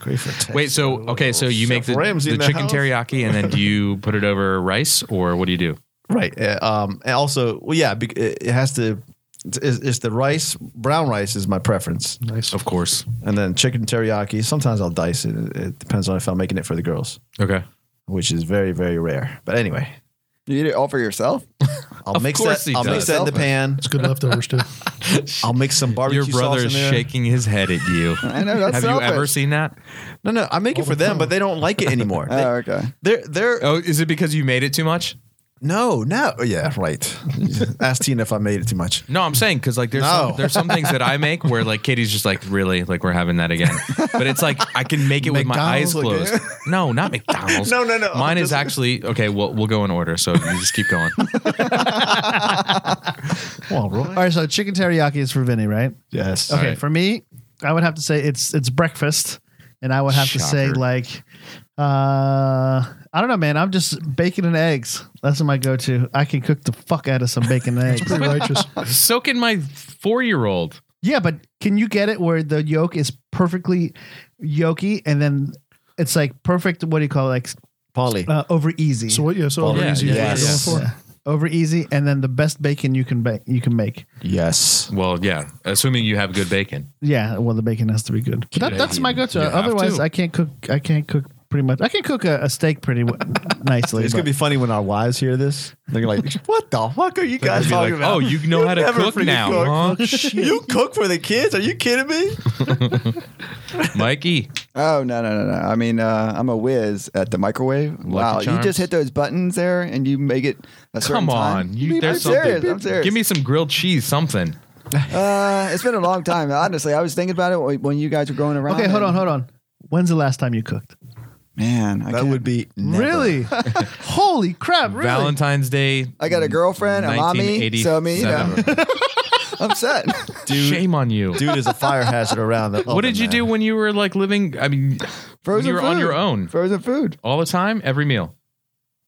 S9: great for
S4: Wait, so okay, so you make the,
S9: Chef Ramsay
S4: the
S9: in the
S4: chicken
S9: house.
S4: teriyaki, and then do you put it over rice, or what do you do?
S9: Right. Uh, um, and also, well, yeah, bec- it it has to. It's, it's the rice. Brown rice is my preference,
S1: Nice.
S4: Of course.
S9: and then chicken teriyaki. Sometimes I'll dice it. It- It depends on if I'm making it for the girls,
S4: Okay.
S9: which is very, very rare. But anyway,
S3: You eat it all for yourself?
S9: I'll
S4: Of
S9: mix
S4: course
S9: that.
S4: he
S9: I'll
S4: does.
S9: mix that in the pan.
S1: It's good leftovers too.
S9: I'll make some barbecue.
S4: Your brother
S9: sauce
S4: is
S9: in there.
S4: shaking his head at you.
S3: I know that's
S4: Have you
S3: selfish.
S4: ever seen that?
S9: No, no, I make it for them, but they don't like it anymore.
S3: Oh,
S9: they,
S3: okay.
S9: they're they're
S4: Oh, is it because you made it too much?
S9: no, no, Oh, yeah, right. Ask Tina if I made it too much.
S4: No, I'm saying because like there's
S9: No.
S4: some, there's some things that I make where like Katie's just like really like we're having that again, but it's like I can make it with my eyes
S9: McDonald's
S4: closed. No, not McDonald's.
S9: No, no, no.
S4: Mine is actually okay. We'll we'll go in order, so you just keep going.
S9: Well,
S2: All
S9: right.
S2: right, so chicken teriyaki is for Vinny, right?
S9: Yes.
S2: Okay,
S4: right.
S2: for me, I would have to say it's it's breakfast, and I would have to say
S4: Shocker.
S2: like, uh, I don't know, man. I'm just bacon and eggs. That's my go-to. I can cook the fuck out of some bacon and eggs.
S1: Pretty righteous.
S4: Soak in my four year old.
S2: Yeah, but can you get it where the yolk is perfectly yolky, and then it's like perfect? What do you call it? Like
S9: Polly.
S2: uh, over easy.
S1: So what? Yeah. So over
S4: yeah,
S1: easy. is what
S4: yeah,
S1: you're
S4: yeah.
S1: going for?
S2: over easy, and then the best bacon you can bake. You can make.
S9: Yes.
S4: Well, yeah, assuming you have good bacon.
S2: Yeah, well, the bacon has to be good. But that, that's my go-to.
S4: You have
S2: Otherwise,
S4: to.
S2: I can't cook. I can't cook pretty much. I can cook a, a steak pretty w- nicely.
S9: It's gonna
S2: but-
S9: be funny when our wives hear this. They're gonna like, "What the fuck are you guys
S4: They'll be
S9: talking
S4: like,
S9: about?
S4: "Oh, you know how to
S9: never
S4: cook
S9: freaking
S4: now,
S9: cook. you cook for the kids? Are you kidding me?
S4: Mikey,
S3: Oh, no, no, no, no. I mean, uh, I'm a whiz at the microwave. wow. You
S4: Charms.
S3: just hit those buttons there and you make it a certain
S4: come
S3: time.
S4: on, you, there's
S3: I'm serious.
S4: something.
S3: I'm serious.
S4: Give me some grilled cheese, something.
S3: Uh, it's been a long time. Honestly, I was thinking about it when you guys were going around.
S2: Okay, hold
S3: and-
S2: on, hold on. When's the last time you cooked?
S3: Man, I
S9: That
S3: can't-
S9: would be never.
S2: Really? Holy crap! Really?
S4: Valentine's Day.
S3: I got a girlfriend, a mommy, so I mean, you know,
S4: 1987.
S3: I'm set.
S4: Shame on you.
S9: dude is a fire hazard around the.
S4: what did you do when you were like living? I mean, when
S3: Frozen
S4: you were on
S3: food.
S4: your own
S3: Frozen food,
S4: all the time, every meal.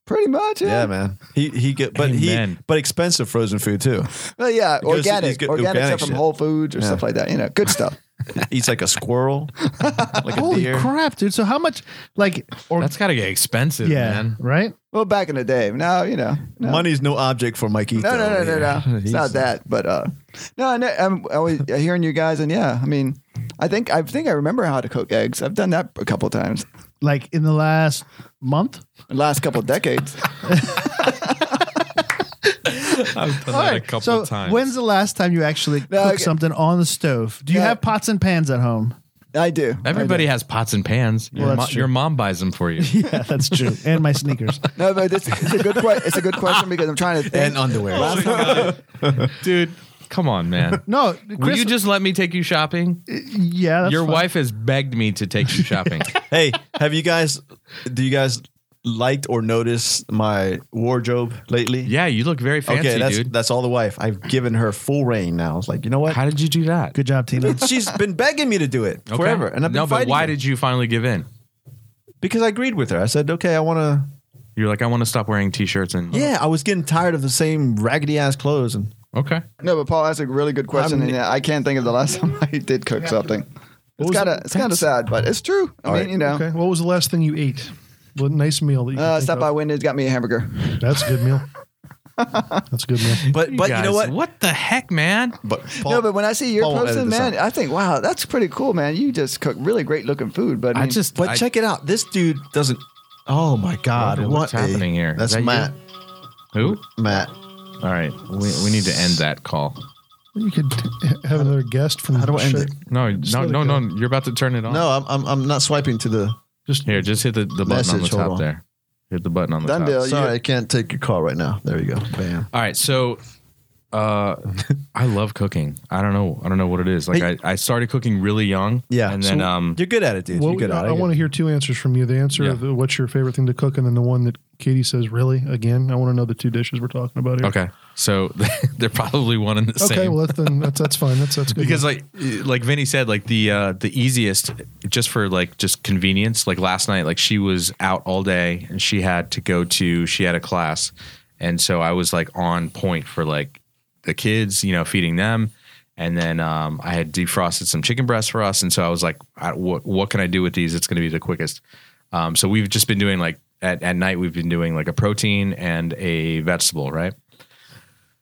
S3: pretty much. Yeah,
S9: Yeah, man. He he get but he
S4: Amen.
S9: but expensive frozen food too.
S3: Well, yeah,
S9: goes- he's
S3: organic,
S9: good-
S3: organic
S9: organic
S3: stuff from
S9: shit.
S3: Whole Foods or
S9: Yeah.
S3: stuff like that. You know, good stuff.
S9: Eats like a squirrel, like a
S2: Holy
S9: deer.
S2: crap, dude! So how much? Like, or
S4: That's got to get expensive,
S2: yeah,
S4: man.
S2: right?
S3: well, back in the day, now you know, no.
S9: Money's no object for Mikey.
S3: No, no, no, no, no. It's not that, but uh, no, I know- I'm always hearing you guys, and yeah, I mean, I think I think I remember how to cook eggs. I've done that a couple times,
S2: Like in the last month.
S3: the last couple decades.
S4: I've done
S2: All
S4: that
S2: right. so when's the last time you actually cooked
S3: No, okay.
S2: something on the stove? Do you
S3: No.
S2: have pots and pans at home?
S3: I do. I do.
S4: Everybody has pots and pans. Your,
S2: that's
S4: mo-
S2: true.
S4: your mom buys them for you.
S2: Yeah, that's true. and my sneakers.
S3: No, but it's, it's a good que- it's a good question because I'm trying to think.
S9: And uh, underwear.
S4: Dude, come on, man.
S2: No,
S4: Will
S2: Chris-
S4: you just let me take you shopping?
S2: yeah, that's
S4: your
S2: fine.
S4: wife has begged me to take you shopping.
S9: hey, have you guys? Do you guys liked or noticed my wardrobe lately?
S4: yeah, you look very fancy,
S9: okay, that's
S4: dude.
S9: that's all the wife. I've given her full reign now. I was like, you know what?
S4: How did you do that?
S2: Good job, Tina.
S9: She's been begging me to do it
S4: Okay.
S9: forever, and I've been
S4: no, but
S9: fighting
S4: why
S9: her.
S4: did you finally give in?
S9: because I agreed with her. I said, okay, I want to.
S4: You're like, I want to stop wearing t-shirts and
S9: Yeah, I was getting tired of the same raggedy ass clothes, and
S4: Okay.
S3: No, but Paul, that's a really good question, and yeah, I can't think of the last time I did cook something. It's kind of it's kind of sad, but it's true. I mean, you know,
S1: Okay. What was the last thing you ate? What nice meal that you
S3: uh,
S1: can think
S3: stop by
S1: of?
S3: Wendy's, got me a hamburger.
S1: That's a good meal. That's a good meal.
S9: but but you know
S4: Guys,
S9: what?
S4: What the heck, man?
S9: But
S3: no, but when I see your
S9: Paul won't
S3: posting,
S9: edit this
S3: man,
S9: out.
S3: I think, wow, that's pretty cool, man. You just cook really great looking food, but I,
S4: I
S3: mean,
S4: just-
S9: but
S4: I-
S9: check it out. This dude doesn't. Oh my God!
S4: Wonder
S9: what
S4: what's
S9: a-
S4: happening here. Is
S9: That's
S4: that you?
S9: Matt.
S4: Who?
S9: Matt.
S4: All right, we, we need to end that call.
S1: You could have another guest from.
S9: How do I end
S1: Sha-
S9: it?
S4: No,
S1: Just
S4: no,
S1: let it
S4: no,
S1: go.
S4: no. You're about to turn it on.
S9: No, I'm, I'm I'm not swiping to the.
S1: Just
S4: Here, just hit the, the button on the
S9: Message, hold
S4: top
S9: on.
S4: there. Hit the button on the
S3: Done
S4: top.
S3: deal. you-
S9: Sorry, I can't take your call right now. There you go. Bam.
S4: All right, so uh, I love cooking. I don't know. I don't know what it is. Like
S9: Hey.
S4: I, I started cooking really young.
S9: Yeah,
S4: and then
S9: so
S4: um,
S9: You're good at it, dude.
S1: Well,
S9: You're good at
S1: I,
S9: it.
S1: want to hear two answers from you. The answer
S4: Yeah.
S1: of the, what's your favorite thing to cook, and then the one that Katie says, "Really?" Again, I want to know the two dishes we're talking about here.
S4: okay, so they're probably one and the
S1: Okay.
S4: same.
S1: Well, that's, then that's that's fine. That's that's good.
S4: because like like Vinny said, like the uh, the easiest just for like just convenience. Like last night, like she was out all day and she had to go to she had a class, and so I was like on point for like the kids, you know, feeding them, and then um, I had defrosted some chicken breasts for us, and so I was like, I, what what can I do with these? It's going to be the quickest. Um, so we've just been doing like at, at night we've been doing like a protein and a vegetable, right?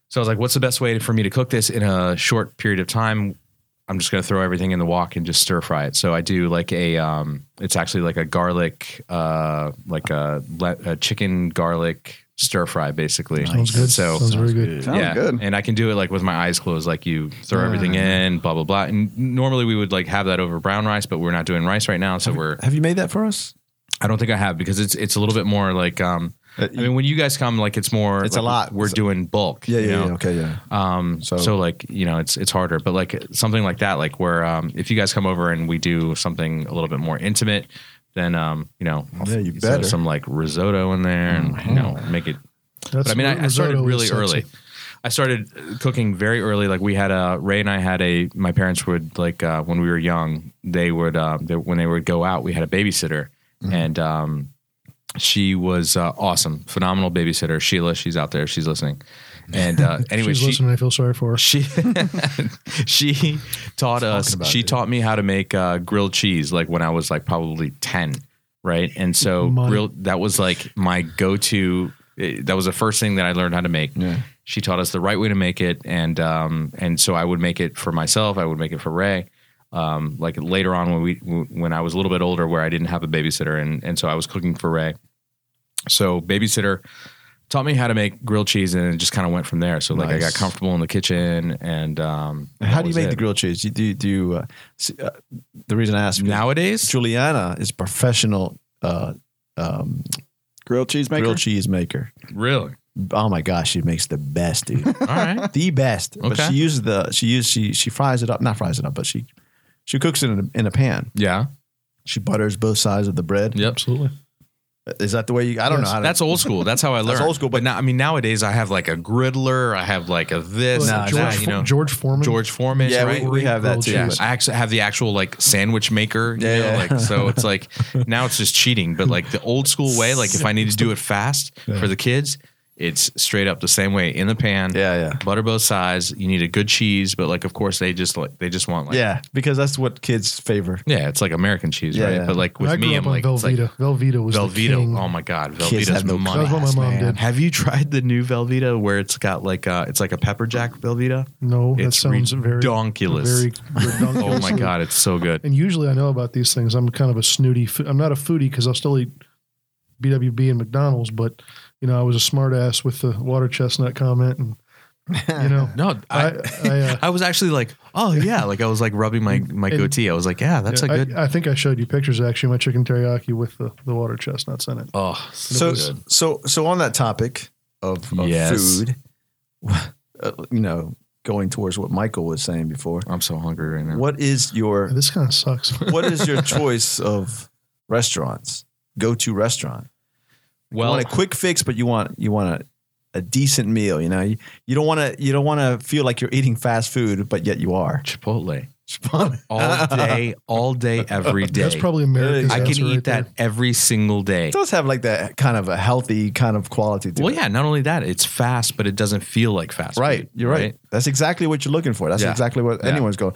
S4: So I was like, what's the best way for me to cook this in a short period of time? I'm just going to throw everything in the wok and just stir fry it. So I do like a, um, it's actually like a garlic, uh, like a, le- a chicken garlic stir fry, basically.
S1: sounds good.
S4: So
S1: sounds, very good.
S3: Sounds
S4: yeah,
S3: good.
S4: and I can do it like with my eyes closed. Like you throw everything in, blah blah blah. And normally we would like have that over brown rice, but we're not doing rice right now, so we're.
S9: Have you made that for us?
S4: I don't think I have because it's it's a little bit more like. um I mean, when you guys come, like it's more.
S9: Uh, It's
S4: like,
S9: a lot.
S4: We're
S9: It's-
S4: doing bulk.
S9: Yeah,
S4: you
S9: yeah,
S4: know?
S9: yeah. Okay, yeah.
S4: Um, so, like you know, it's it's harder, but like something like that, like where um, if you guys come over and we do something a little bit more intimate, then um, you know, I'll
S9: Yeah, you
S4: throw
S9: better.
S4: some like risotto in there and you know make it.
S1: Mm-hmm. That's
S4: But I mean, I, I started
S1: risotto is
S4: really
S1: sexy.
S4: early. I started cooking very early. Like we had a Ray and I had a. My parents would like uh, when we were young. They would uh, they, when they would go out. We had a babysitter,
S1: Mm-hmm.
S4: and um, she was uh, awesome, phenomenal babysitter. Sheila, she's out there. She's listening. And uh, anyway,
S1: She's
S4: she,
S1: listening. I feel sorry for her.
S4: she she taught us she taught me how to make uh, grilled cheese like when I was like probably 10 right and so
S1: Money.
S4: grilled that was like my go-to eh, that was the first thing that I learned how to make she taught us the right way to make it and um and so I would make it for myself I would make it for Ray um like later on when we when I was a little bit older where I didn't have a babysitter and and so I was cooking for Ray so babysitter taught me how to make grilled cheese and it just kind of went from there. So like I
S9: Nice.
S4: got comfortable in the kitchen and um
S9: How
S4: that
S9: do you
S4: was
S9: make
S4: it.
S9: the grilled cheese? Do you, do you uh, see, uh, the reason I asked is
S4: nowadays?
S9: Juliana is professional uh, um,
S3: Grilled cheese maker.
S9: grilled cheese maker.
S4: Really?
S9: Oh my gosh, she makes the best, dude.
S4: All right.
S9: the best. But
S4: Okay.
S9: she uses the she uses she she fries it up, not fries it up, but she she cooks it in a, in a pan.
S4: Yeah.
S9: She butters both sides of the bread.
S4: Yep.
S1: Absolutely.
S9: Is that the way you? I don't know. How to,
S4: That's old school. That's how I learned.
S9: That's old school,
S4: But now, I mean, nowadays I have like a griddler. I have like a this.
S1: Well,
S4: and
S1: George,
S4: that, you
S1: Fo-
S4: know,
S1: George Foreman.
S4: George Foreman.
S9: yeah,
S4: right?
S9: we, we have that
S1: Grilled
S9: too.
S4: Yeah,
S1: cheese.
S9: but-
S4: I actually have the actual like sandwich maker. You
S9: Yeah.
S4: Know, like so, it's like now it's just cheating. But like the old school way, like if I need to do it fast for the kids, it's straight up the same way in the pan.
S9: Yeah, yeah.
S4: Butter both sides. You need a good cheese, but like of course they just like they just want like
S9: yeah, because that's what kids favor.
S4: yeah, it's like American cheese,
S9: Yeah,
S4: right?
S9: yeah.
S4: But like with
S1: I grew
S4: me,
S1: up
S4: I'm
S1: on
S4: like it's like
S1: Velveeta. Velveeta was the king.
S4: Velveeta. Oh my god,
S9: Kids
S4: Velveeta's
S9: have no
S4: money.
S1: That's what my
S9: Yes,
S1: mom
S9: man.
S1: did.
S4: Have you tried the new Velveeta where it's got like uh it's like a pepper jack Velveeta?
S1: No, that
S4: It's
S1: sounds very
S4: redonkulous.
S1: Very
S4: Oh
S1: redonkulous.
S4: my god, it's so good.
S1: And usually I know about these things. I'm kind of a snooty. fo- I'm not a foodie because I'll still eat BWB and McDonald's, but you know I was a smart ass with the water chestnut comment, and you know
S4: No,
S1: I,
S4: I
S1: I, uh,
S4: I was actually like, oh yeah, like I was like rubbing my my
S1: And-
S4: goatee. I was like, yeah, that's
S1: yeah,
S4: a good.
S1: I, I think I showed you pictures actually of my chicken teriyaki with the, the water chestnuts in it.
S4: oh,
S9: So
S4: good.
S9: so so on that topic of, of
S4: Yes.
S9: food, uh, you know, going towards what Michael was saying before.
S4: I'm so hungry right now.
S9: What is your
S1: This kind of sucks.
S9: what is your choice of restaurants? Go to restaurant.
S4: Well,
S9: you want a quick fix, but you want you want a, a decent meal. You know, you, you don't want to you don't want to feel like you're eating fast food, but yet you are.
S4: Chipotle
S9: Chipotle.
S4: all day, all day, every day.
S1: That's probably America's
S4: I can
S1: answer
S4: eat
S1: right there.
S4: that every single day.
S9: It does have like that kind of a healthy kind of quality to
S4: Well,
S9: it.
S4: yeah. Not only that, it's fast, but it doesn't feel like fast.
S9: Right.
S4: food,
S9: You're right. That's exactly what you're looking for. That's
S4: Yeah.
S9: exactly what
S4: Yeah.
S9: anyone's going.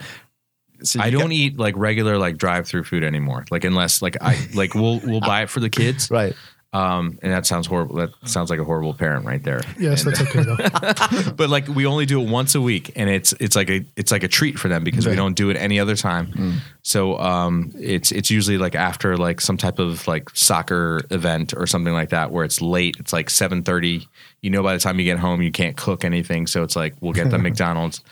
S9: So
S4: I
S9: you
S4: don't
S9: got-
S4: eat like regular like drive-through food anymore. Like unless like I like we'll we'll buy it for the kids.
S9: Right.
S4: Um, and that sounds horrible. That sounds like a horrible parent right there.
S1: Yes,
S4: And-
S1: that's okay though.
S4: but like we only do it once a week and it's it's like a it's like a treat for them because we don't do it any other time
S9: Mm.
S4: so um it's it's usually like after like some type of like soccer event or something like that where it's late it's like 7.30 you know by the time you get home you can't cook anything so it's like we'll get the mcdonald's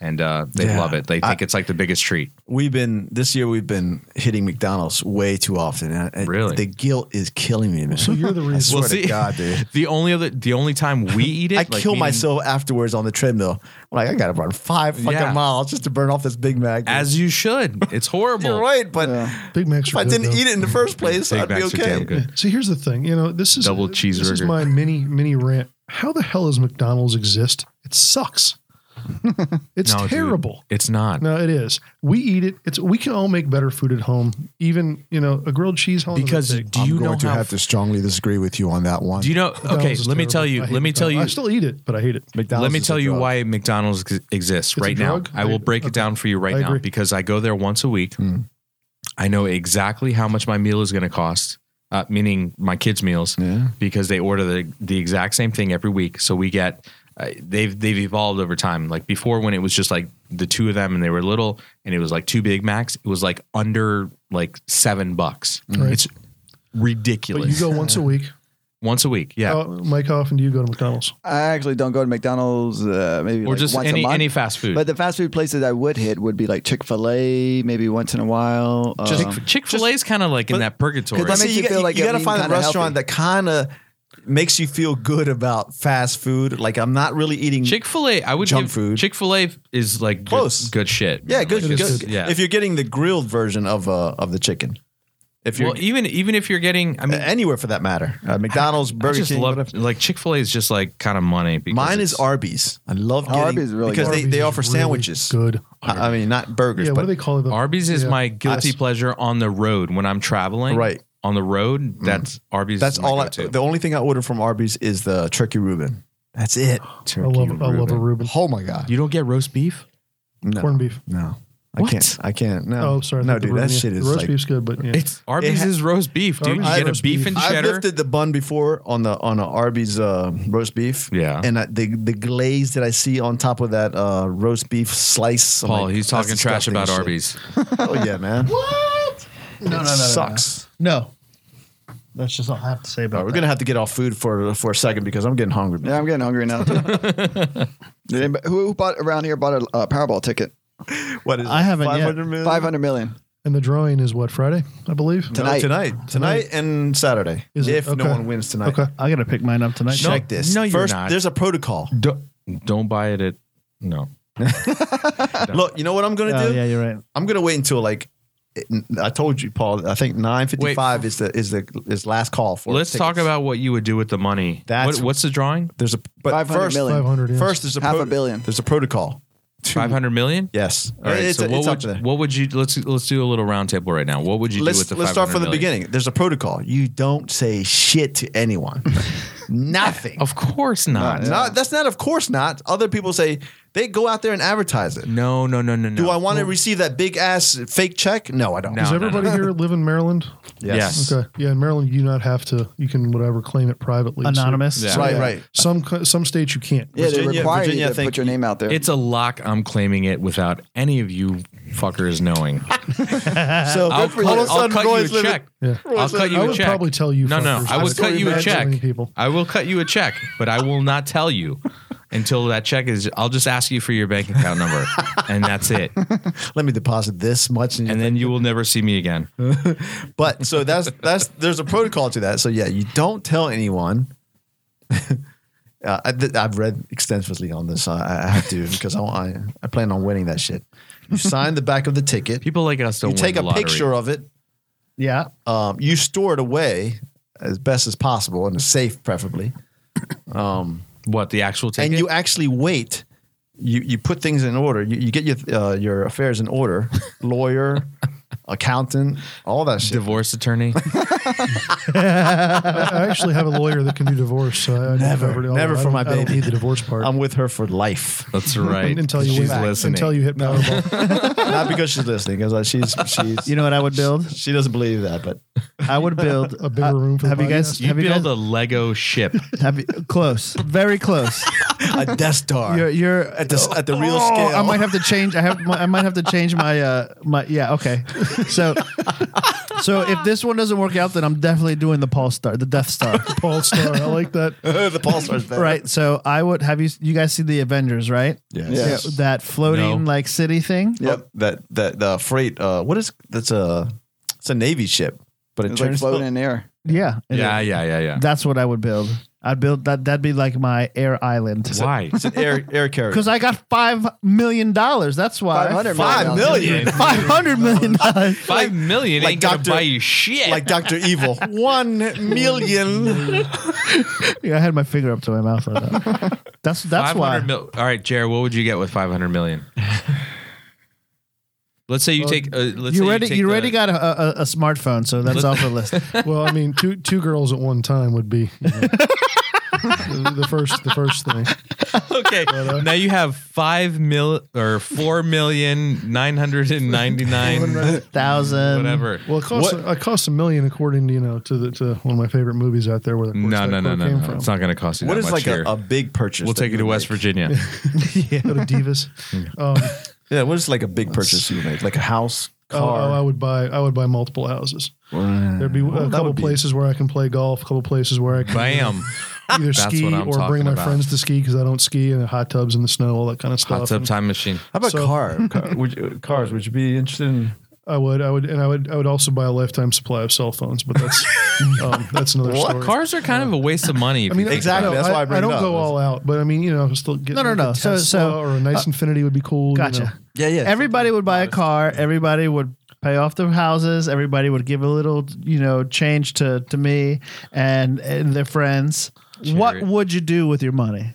S4: and uh they
S9: Yeah.
S4: love it they think it's like the biggest treat
S9: We've been this year. We've been hitting McDonald's way too often. I- I-
S4: Really?
S9: the guilt is killing me, man.
S1: So you're the
S9: I
S1: reason.
S9: swear
S4: Well,
S9: to
S4: see-
S9: God, dude.
S4: the only other the only time we eat it
S9: I
S4: like
S9: kill
S4: meaning-
S9: myself afterwards on the treadmill. I'm like, I gotta run five fucking
S4: Yeah.
S9: miles just to burn off this Big Mac. dude.
S4: as you should it's horrible
S9: you're right, but
S1: Big Macs.
S9: if I didn't eat it in the first place,
S4: Big
S9: I'd be
S4: Macs are damn
S9: okay.
S4: good.
S1: See, here's the thing. You know, this is
S4: Double
S1: This is
S4: cheeseburger.
S1: my mini mini rant. How the hell does McDonald's exist? It sucks. It's
S4: No, dude.
S1: terrible.
S4: it's not
S1: No, it is. We eat it. It's we can all make better food at home. Even you know a grilled cheese. How long does
S4: because
S1: it
S4: do
S1: take?
S4: you know how
S9: to strongly disagree with you on that one.
S4: do you know okay
S1: McDonald's is
S4: let me
S1: terrible.
S4: tell
S1: I
S4: you
S1: hate
S4: let me tell
S1: McDonald's.
S4: you
S1: I still eat it, but I hate it.
S9: McDonald's
S4: Let me
S9: is a
S4: tell you
S9: drug.
S4: why McDonald's ex- exists
S1: It's a
S4: right now.
S1: drug?
S4: I will
S1: Okay.
S4: break
S1: Okay.
S4: it down for you right
S1: I
S4: now
S1: agree. Hmm.
S4: because I go there once a week. I know exactly how much my meal is going to cost, uh, meaning my kids' meals,
S9: Yeah.
S4: because they order the, the exact same thing every week. So we get. Uh, they've they've evolved over time. Like before, when it was just like the two of them and they were little, and it was like two Big Macs. It was like under like seven bucks.
S1: Right.
S4: It's
S1: But you
S4: ridiculous.
S1: go once a week.
S4: once a week, yeah,
S1: How- Mike, how often do you go to McDonald's?
S3: I actually don't go to McDonald's uh, maybe
S4: or
S3: like
S4: just
S3: once a
S4: any
S3: month.
S4: any fast food.
S3: But the fast food places I would hit would be like Chick Fil A, maybe once in a while.
S9: uh-huh.
S4: Chick
S3: Um,
S4: Chick Fil A is kind of like in that purgatory.
S3: That
S9: See,
S3: makes
S9: you,
S3: you
S9: got-
S3: feel like
S9: you
S3: you're
S9: gotta
S3: being
S9: find a
S3: kinda
S9: restaurant that kind of makes you feel good about fast food. Like I'm not really eating.
S4: Chick Fil A, I would
S9: Junk
S4: give,
S9: food.
S4: Chick Fil A is like good-
S9: Close.
S4: good, shit.
S9: yeah,
S4: man.
S9: good.
S4: Like,
S9: good.
S4: it's- Yeah.
S9: If you're getting the grilled version of uh of the chicken, if you're
S4: well, even even if you're getting, I mean,
S9: anywhere for that matter, uh, McDonald's,
S4: I
S9: Burger
S4: just
S9: King.
S4: love
S9: whatever.
S4: like Chick Fil A is just like kind of money. because
S9: Mine
S4: it's-
S9: is Arby's. I love
S3: Oh,
S9: getting,
S3: Arby's is really
S9: because
S3: good.
S9: they, they
S1: Arby's
S9: offer
S1: is really
S9: sandwiches.
S1: Good.
S9: I I mean, not burgers,
S1: Yeah. What
S9: but
S1: do they call it?
S4: Arby's is
S1: Yeah.
S4: my guilty
S9: Us.
S4: pleasure on the road when I'm traveling.
S9: Right. Mm-hmm.
S4: on the road, that's Arby's.
S9: that's
S4: is my
S9: all. I,
S4: go-to.
S9: the only thing I order from Arby's is the turkey Reuben. That's it.
S1: I love. I love a Reuben.
S9: Oh my god!
S4: you don't get roast beef.
S9: No.
S1: Corned beef.
S9: No. I
S4: What?
S9: can't. I can't. No.
S1: Oh, sorry. I
S9: No,
S1: thought the
S9: dude, that
S1: Reuben-
S9: shit
S1: the
S9: is
S1: roast
S9: like.
S1: beef's good, but yeah.
S4: It's Arby's
S9: ha-
S4: is roast beef, dude.
S1: Arby's is
S4: you get a
S1: roast
S4: beef
S1: beef.
S4: and
S9: I've
S4: cheddar.
S9: lifted the bun before on the on a Arby's uh, roast beef.
S4: Yeah.
S9: and I, the the glaze that I see on top of that uh, roast beef slice. I'm
S4: Paul,
S9: like,
S4: he's
S9: that's
S4: talking trash
S9: disgusting
S4: about
S9: shit.
S4: Arby's.
S9: Oh yeah, man.
S2: No, no, no, no, no.
S9: Sucks.
S2: No. That's just all I have to say about
S9: All right, we're gonna have to get off food for for a second because I'm getting hungry. man.
S3: yeah, I'm getting hungry now. too. Did anybody- who who bought around here bought a uh, Powerball ticket?
S9: What is
S2: I haven't yet.
S9: million?
S3: Five hundred million.
S1: And the drawing is what Friday, I believe.
S9: Tonight. tonight, tonight, and Saturday.
S1: Is it?
S9: if no
S1: Okay.
S9: one wins tonight,
S1: Okay.
S2: I gotta pick mine up tonight.
S9: check this.
S4: no, you're
S9: First,
S4: not.
S9: There's a protocol.
S4: Don't, don't buy it at no.
S9: Look, you know what I'm gonna
S2: Oh,
S9: do?
S2: yeah, you're right.
S9: I'm gonna wait until like I told you, Paul. I think 9:55 is the is the is last call for.
S4: Let's talk
S9: tickets.
S4: about what you would do with the money.
S9: That's-
S4: What- what's the drawing?
S9: there's a but
S3: 500
S9: first,
S3: million.
S1: Five hundred.
S9: first there's a
S3: Half a billion.
S9: There's a protocol. To-
S4: Five hundred million.
S9: Yes.
S4: All right.
S9: It's-
S4: so
S9: it's
S4: what
S9: up
S4: would
S9: to there.
S4: what would you let's let's do a little round table right now. What would you do
S9: let's
S4: with the
S9: let's start
S4: 500
S9: from the
S4: million?
S9: beginning. There's a protocol. You don't say shit to anyone. Nothing.
S4: Of course not.
S9: Not, that's not. Of course not. Other people say they go out there and advertise it.
S4: No, no, no, no, no.
S9: Do I want to receive that big ass fake check? No, I don't.
S4: No.
S1: Does everybody here live in Maryland?
S4: Yes.
S1: Okay. Yeah, in Maryland, you do not have to. You can whatever claim it privately. So
S2: Anonymous.
S4: Yeah.
S9: Right, right.
S1: some co- some states you can't.
S3: Yeah,
S9: Virginia-
S3: they require
S9: Virginia, I
S3: you to
S9: think-
S3: put your name out there.
S4: It's a lock. I'm claiming it without any of you fuckers knowing.
S9: So
S4: I'll,
S9: good for
S4: I'll,
S9: you.
S4: I'll cut
S9: Roy's
S4: you a
S9: living-
S4: check.
S1: Yeah.
S4: I'll cut you
S1: I
S4: a
S1: would
S4: check.
S1: probably tell you.
S4: No, no.
S1: fuckers.
S4: I would
S1: That's
S4: cut you a
S1: bad
S4: check.
S1: timing, People.
S4: I will cut you a check, but I will not tell you until that check is. I'll just ask you for your bank account number, and that's it.
S9: Let me deposit this much, and,
S4: And then you will never see me again.
S9: but so that's that's there's a protocol to that. So yeah, you don't tell anyone. uh, I, th- I've read extensively on this. I, I have to because I, I I plan on winning that shit. You sign the back of the ticket.
S4: People like us don't
S9: you
S4: win
S9: take
S4: the
S9: a
S4: lottery.
S9: picture of it.
S2: Yeah.
S9: Um, you store it away as best as possible in a safe, preferably. Um,
S4: what the actual ticket.
S9: and you actually wait. You you put things in order. You, you get your uh, your affairs in order. Lawyer, accountant, all that shit.
S4: divorce attorney.
S1: I actually have a lawyer that can do divorce. So I- I
S9: Never,
S1: don't- I don't-
S9: never
S1: I
S9: for
S1: don't-
S9: my
S1: I don't
S9: baby.
S1: need the divorce part.
S9: I'm with her for life.
S4: That's right.
S1: until you
S4: She's
S1: win,
S4: listening.
S1: Until you hit Powerball.
S9: Not because she's listening, because like she's she's
S2: You know what I would build?
S9: she doesn't believe that. But
S2: I would build
S1: A bigger room for the
S2: Have you guys?
S1: podcast.
S4: you
S2: have you
S4: build
S2: guys?
S4: a Lego ship.
S2: have you, close? Very close.
S9: a Death Star.
S2: You're, you're
S9: at the at the real
S2: Oh,
S9: scale.
S2: I might have to change. I have. I might have to change my. Uh, my. Yeah. Okay. So. So if this one doesn't work out, then I'm definitely doing the Paul Star, the Death Star.
S1: Paul Star. I like that.
S9: the Paul Star's better.
S2: right. So I would have you. You guys see the Avengers, right?
S9: Yes.
S3: Yes.
S2: Yeah, that floating
S4: No.
S2: like city thing.
S9: Yep. That that the freight. Uh, what is that's a it's a navy ship, but it
S3: It's like
S9: turns
S3: floating in the air.
S2: Yeah. it
S4: Yeah,
S2: is.
S4: yeah, yeah, yeah.
S2: That's what I would build. I'd build that. That'd be like my air island.
S4: Why?
S9: It's an air air carrier.
S2: Because I got five million dollars. That's why.
S3: 500
S9: Five million.
S2: Five hundred million dollars.
S4: Five million
S9: like
S4: ain't gonna
S9: Dr.
S4: buy you shit.
S9: like Doctor Evil. One million.
S2: Yeah, I had my finger up to my mouth. Like that. That's that's
S4: 500
S2: why.
S4: mil- All right, Jared, what would you get with five hundred million? let's say you take. Uh, let's
S2: you
S4: say
S2: already
S4: take
S2: you, already
S4: the-
S2: got a, a, a smartphone, so that's off the list.
S1: Well, I mean, two two girls at one time would be you know, the, the first the first thing.
S4: Okay, now you have five mil or four million nine hundred and ninety nine
S2: Thousand
S4: whatever.
S1: Well, it costs it costs a million according to you know to the to one of my favorite movies out there where the
S4: No, no, no, no,
S1: came
S4: no.
S1: from.
S4: It's not gonna cost you
S9: What
S4: that
S9: is
S4: much
S9: like a,
S4: here.
S9: a big purchase?
S4: We'll
S9: that
S4: take you to
S9: would
S4: West
S9: make?
S4: Virginia.
S1: Go to Divas. Um,
S9: Yeah. What is like a big purchase you make? Like a house,
S1: oh, oh, I
S9: car.
S1: would buy I would buy multiple houses. There'd be
S9: Well,
S1: a
S9: that
S1: couple
S9: would be-
S1: places where I can play golf, a couple places where I can
S4: Bam.
S1: either ski
S4: what I'm
S1: or bring
S4: talking
S1: my
S4: about.
S1: friends to ski because I don't ski and hot tubs in the snow, all that kind of stuff.
S4: Hot tub
S1: And
S4: time machine.
S9: How about
S1: So-
S9: car? car would you, cars? Would you be interested in?
S1: I would, I would, and I would, I would also buy a lifetime supply of cell phones, but that's um, that's another
S4: Well,
S1: story.
S4: cars are kind of a waste of money.
S1: I
S4: if you
S1: mean,
S4: think
S9: Exactly,
S1: I,
S4: about
S1: no,
S9: that's why I bring it
S1: don't
S9: up.
S1: go all out, but I mean, you know, still get
S2: No, no, no. So- so-
S1: or a nice Infinity would be cool. you
S2: Gotcha.
S1: know.
S9: Yeah, yeah.
S2: Everybody would buy a car. Everybody would pay off their houses. Everybody would give a little, you know, change to to me and, and their friends. What
S4: Jared.
S2: would you do with your money?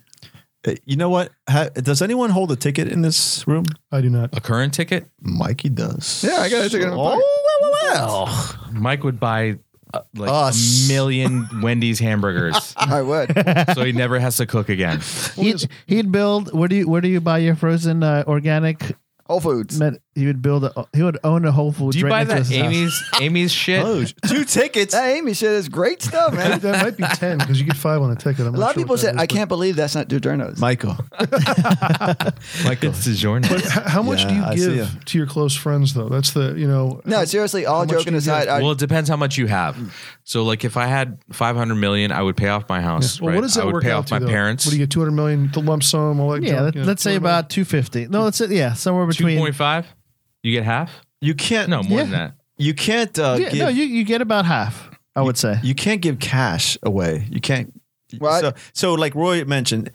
S9: Uh, You know what? Ha- does anyone hold a ticket in this room?
S1: I do not.
S4: A current ticket,
S9: Mikey does.
S3: Yeah, I got a ticket in my pocket.
S9: Oh well, well,
S4: Mike would buy uh, like
S9: Us.
S4: a million Wendy's hamburgers,
S3: I would.
S4: so he never has to cook again.
S2: He'd, he'd build. Where do you where do you buy your frozen uh, organic?
S3: Whole Foods.
S2: Met, he would build. A, he would own a Whole Foods.
S4: Do you
S2: right
S4: buy
S2: next to
S4: that
S2: his
S4: Amy's
S2: house.
S4: Amy's shit?
S9: well. Two tickets.
S3: That Amy shit is great stuff, man.
S1: That might be ten because you get five on a ticket. I'm
S3: A lot of people say, I can't believe that's not Dudurnos.
S9: Michael.
S4: Michael, it's DiGiorno.
S1: How, how much
S9: Yeah, I
S1: do
S9: see
S1: you
S9: ya.
S1: give to your close friends, though? That's the you know.
S3: No, seriously, all
S1: much do
S3: joking
S1: you
S3: aside, I,
S4: Well, it depends how much you
S9: Mm.
S4: have. So, like, if I had five hundred million, I would pay off my house.
S1: Well,
S4: right?
S1: what does that
S4: I would
S1: work
S4: pay
S1: out
S4: off
S1: to?
S4: my
S1: though?
S4: parents.
S1: What do you get? Two hundred million, the lump sum, all that.
S2: Yeah,
S1: junk,
S2: let,
S1: you know,
S2: let's say
S1: 200 million.
S2: about two fifty. No, let's say yeah, somewhere
S4: Two
S2: between.
S4: point five. You get half.
S9: You can't.
S4: No, more
S2: Yeah.
S4: than that.
S9: You can't. Uh,
S2: yeah,
S9: give,
S2: no, you, you get about half, I would say.
S9: you can't give cash away. You can't.
S3: Well,
S9: So, so like Roy mentioned,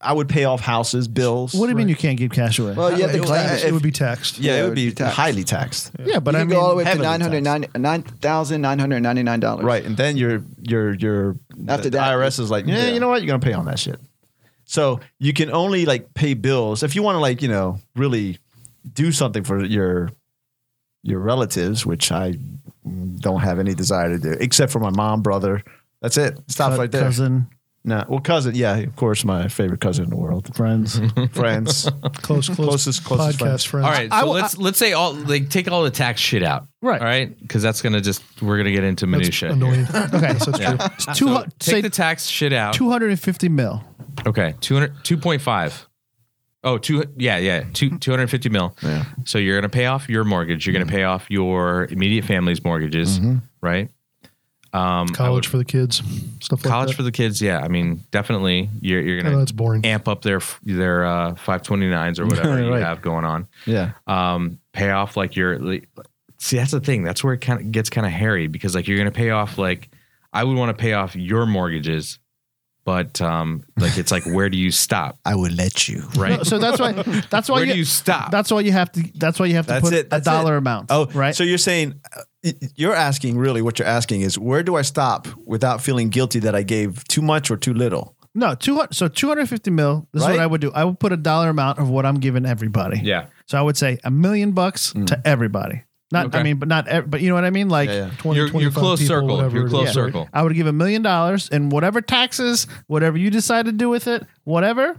S9: I would pay off houses, bills.
S2: What do you mean you can't give cash away?
S3: Well, you have to
S9: Well,
S3: claim
S9: I-
S3: it.
S1: it would be taxed.
S9: Yeah, it would be
S3: taxed.
S9: highly taxed.
S2: yeah, but
S3: you
S2: I
S3: can
S2: mean,
S3: go all the way up to
S2: heavily
S3: nine
S2: taxed.
S3: hundred nine nine thousand nine hundred ninety nine dollars.
S9: Right, and then your your your
S3: After
S9: the
S3: that-
S9: IRS is like, yeah,
S3: Yeah.
S9: you know what, you're gonna pay on that shit. So you can only like pay bills if you want to like you know really do something for your your relatives, which I don't have any desire to do, except for my mom, brother. That's it. Stop
S2: Cou-
S9: right there.
S2: Cousin,
S9: No, well, cousin, yeah, of course, my favorite cousin in the world,
S2: friends.
S9: friends,
S1: Close, close,
S9: Closest- closest
S1: podcast friends.
S4: All right, so
S2: I- I-
S4: let's let's say all like take all the tax shit out.
S2: Right.
S4: All right, because that's gonna just we're gonna get into
S1: That's
S4: minutia. here.
S1: annoying. okay, so that's true.
S2: It's two,
S4: So
S2: hu-
S4: take
S2: say
S4: the tax shit out.
S2: 250 mil.
S4: Okay, 200, 2.5. Oh, two, yeah, yeah, two, 250 mil.
S9: Yeah.
S4: So you're going to pay off your mortgage. You're going to pay off your immediate family's
S9: Mm-hmm.
S4: mortgages, right? Um, I
S1: College
S4: would-
S1: for the kids, stuff like
S4: college
S1: that.
S4: for the kids. Yeah. I mean, definitely you're, you're
S1: I know
S4: going
S1: that's
S4: to
S1: boring.
S4: amp up their, their, uh, 529s or whatever you
S9: Right.
S4: have going on.
S9: yeah,
S4: Um, pay off like your, like- see, that's the thing. That's where it kind of gets kind of hairy because like you're going to pay off, like I would want to pay off your mortgages, but, um, like, it's like, where do you stop?
S9: I would let you.
S4: right?
S2: No, so that's why. That's why
S4: Where
S2: you,
S4: do you stop?
S2: That's why you have to. That's why you have to
S9: That's
S2: put
S9: it,
S2: a
S9: that's
S2: dollar
S9: it.
S2: amount.
S9: Oh,
S2: right.
S9: So you're saying uh, y- you're asking really what you're asking is where do I stop without feeling guilty that I gave too much or too little?
S2: no, two hundred. So two hundred fifty mil. This is
S9: Right.
S2: what I would do. I would put a dollar amount of what I'm giving everybody.
S4: yeah.
S2: So I would say a million bucks to everybody. Not. I
S4: Okay.
S2: mean, but not. Ev- but you know what I mean. Like.
S9: Mm. Yeah, yeah.
S1: 20,
S4: Your- your
S1: 25
S4: close
S1: people,
S4: circle,
S1: whatever
S4: your
S1: it is.
S4: close
S2: Yeah.
S4: circle.
S2: I would give a million dollars and whatever taxes, whatever you decide to do with it, whatever.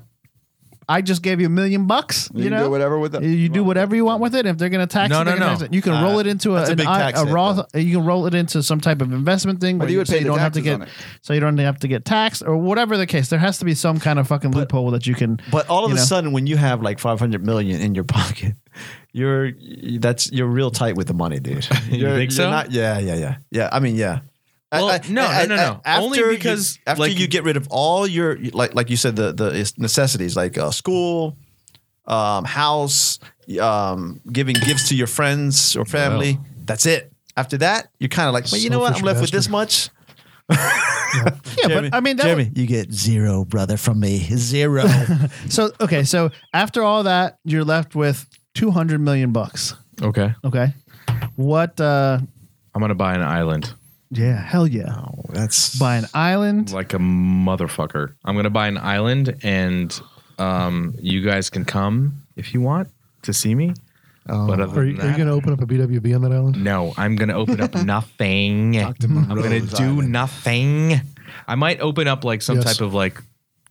S2: I just gave you a million bucks.
S3: You,
S2: You,
S3: can
S2: know,
S3: do whatever with it.
S2: You do whatever you want with it. If they're going to tax
S4: No,
S2: it, they're
S4: no,
S2: gonna
S4: no.
S2: tax it. you can roll it into a,
S9: Uh, that's a
S2: an
S9: big
S2: I-
S9: tax
S2: a
S9: hit,
S2: Roth. You can roll it into some type of investment thing. where
S3: you would
S2: so
S3: pay the
S2: don't have to
S3: taxes
S2: get,
S3: on it.
S2: so you don't have to get taxed or whatever the case. There has to be some kind of fucking loophole that you can.
S9: But all of
S2: you
S9: a
S2: know.
S9: sudden, when you have like 500 million in your pocket, you're that's you're real tight with the money, dude.
S4: You
S9: You're-
S4: think
S9: you're
S4: so?
S9: not- yeah, yeah, yeah, yeah. I mean, yeah. I-
S4: Well,
S9: I-
S4: no,
S9: I-
S4: no, no,
S9: I-
S4: no.
S9: after
S4: Only
S9: you-
S4: because,
S9: after
S4: like-
S9: you get rid of all your like like you said the the necessities like uh, school, um, house, um, giving gifts to your friends or family. That's it. After that, you're kind of like, well, you know what? I'm
S1: Selfish
S9: left with this
S1: bastard.
S9: much.
S2: Yeah, but I mean, that would,
S9: you get zero, brother, from me. Zero.
S2: so okay, so after all that, you're left with two hundred million bucks.
S4: Okay.
S2: Okay, what? uh
S4: I'm gonna buy an island
S2: Yeah, hell yeah,
S9: That's
S2: buy an island.
S4: like a motherfucker. I'm gonna buy an island, and um, you guys can come if you want to see me. but other
S1: Are you,
S4: than
S1: are you
S4: that,
S1: going to open up a BWB on that island?
S4: no, I'm gonna open up nothing. I'm gonna do nothing. I might open up like some
S1: Yes.
S4: type of like.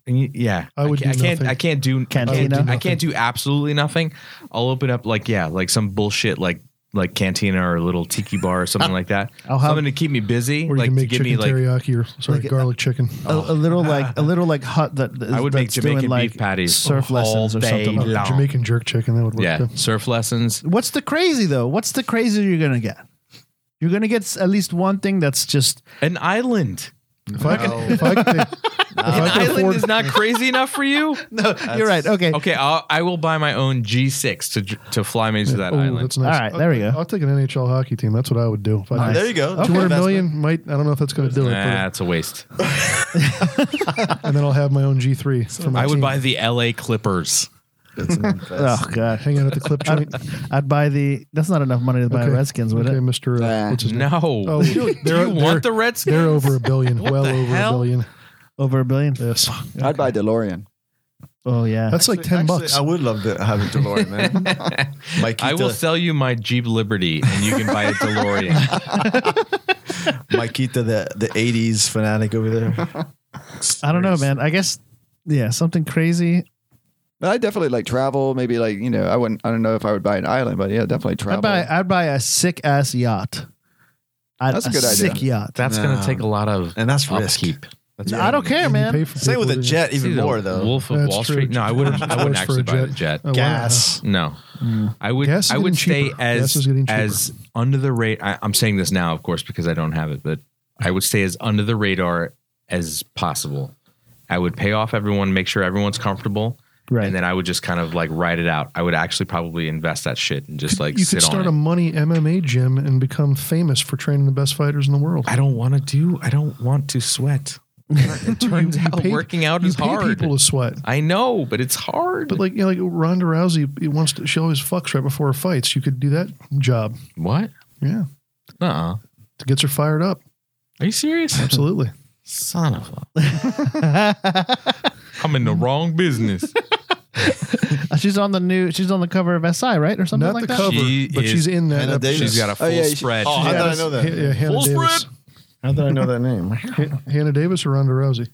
S4: y- Yeah,
S1: I would
S4: ca- I
S1: do
S4: can't.
S1: nothing.
S4: I can't do. I can't
S2: Cantina.
S4: do, I can't do absolutely nothing. I'll open up like yeah, like some bullshit like like cantina or a little tiki bar or something like that.
S2: I'll have-
S4: something to keep me busy,
S1: Or you
S4: like
S1: can
S4: to
S1: make
S4: give me
S1: chicken
S4: like
S1: teriyaki or sorry,
S2: like,
S1: garlic chicken.
S2: A, a little like a little like hut that that is-
S4: I would make
S2: that's
S4: Jamaican
S2: doing, like
S4: beef patties
S2: surf
S4: all
S2: lessons or
S4: day
S2: something. like that.
S4: long.
S1: Uh, Jamaican jerk chicken. That would work.
S4: yeah
S1: too.
S4: surf lessons.
S2: What's the crazy though? What's the crazy you're gonna get? You're gonna get s- at least one thing that's just
S4: An island.
S1: If I can, if I can,
S4: An
S1: I can
S4: island
S1: afford-
S4: is not crazy enough for you.
S2: no. You're right. Okay.
S4: Okay, I'll, I will buy my own G6 to dr- to fly me to that
S1: oh,
S4: island.
S1: that's nice.
S2: All right, there we go.
S1: I'll, I'll take an NHL hockey team. That's what I would do. If I
S9: there you go.
S1: Two hundred million might. I don't know if that's going to do it.
S4: Nah,
S1: but-
S4: that's a waste.
S1: and then I'll have my own G three for my
S4: I would
S1: team.
S4: buy the LA Clippers.
S2: Oh god.
S1: Hang out at the clip joint.
S2: I'd buy the. That's not enough money to buy
S1: Okay.
S2: Redskins with
S1: okay,
S2: it.
S1: Mister.
S3: Nah.
S1: Uh, what's his name?
S4: No.
S1: Oh,
S4: do you
S1: they're- they're-
S4: want the Redskins?
S1: They're over a billion. well
S4: the
S1: over
S4: hell?
S1: a billion.
S2: Over a billion.
S1: Yes.
S3: I'd buy DeLorean.
S2: Oh yeah.
S1: That's like ten bucks.
S9: I would love to have a DeLorean, man. Mikey,
S4: I will sell you my Jeep Liberty, and you can buy a DeLorean.
S9: Mikita, the the '80s fanatic over there.
S2: I don't know, man. I guess. Yeah, something crazy.
S3: I definitely like travel. Maybe like you know, I wouldn't. I don't know if I would buy an island, but yeah, definitely travel.
S2: I'd buy. I'd buy a sick ass yacht. I'd,
S3: That's a good idea.
S2: Sick yacht.
S4: That's
S9: Nah.
S4: gonna take a lot of
S9: And that's risk.
S4: upkeep. That's
S2: I don't care,
S1: And you
S2: man.
S1: pay for
S9: Say
S1: people
S9: with a
S1: to-
S9: jet,
S4: See
S9: even
S4: the
S9: more though.
S4: Wolf of
S1: That's
S4: Wall
S1: true.
S4: Street. No, I wouldn't. I wouldn't
S1: Dollars for
S4: actually buy
S1: a
S4: the jet.
S1: Oh, wow.
S9: Gas.
S4: No, I would.
S1: Mm. Gas is
S4: I would
S1: getting
S4: stay
S1: cheaper. Gas is
S4: as
S1: getting cheaper.
S4: as under the radar. I, I'm saying this now, of course, because I don't have it, but I would stay as under the radar as possible. I would pay off everyone, make sure everyone's comfortable,
S2: Right.
S4: And then I would just kind of like write it out. I would actually probably invest that shit and just like
S1: you
S4: sit
S1: could
S4: on
S1: start
S4: it.
S1: a money MMA gym and become famous for training the best fighters in the world.
S4: I don't want to do. I don't want to sweat. It turns
S1: You
S4: out
S1: pay-
S4: working out
S1: you
S4: is
S1: pay
S4: hard.
S1: People to sweat,
S4: I know, but it's hard.
S1: but like you know, like Ronda Rousey, he wants to. She always fucks right before her fights. You could do that job.
S4: what?
S1: Yeah,
S4: Uh. uh
S1: it gets her fired up.
S4: Are you serious?
S1: Absolutely.
S4: Son of a. I'm in the wrong business.
S2: Uh, she's on the new. She's on the cover of SI, right, or something
S1: Not
S2: like
S1: the
S2: that.
S1: cover,
S4: She
S1: but
S4: is
S1: she's in that.
S9: Hannah
S1: episode.
S9: Davis.
S4: She's got a full
S3: Oh, yeah, she-
S4: spread.
S9: Oh, I thought I know
S1: Ha- yeah,
S9: that.
S1: Hannah
S4: Full
S1: Davis.
S4: spread?
S9: How did I know that name?
S1: Ha- Hannah Davis or Ronda Rousey?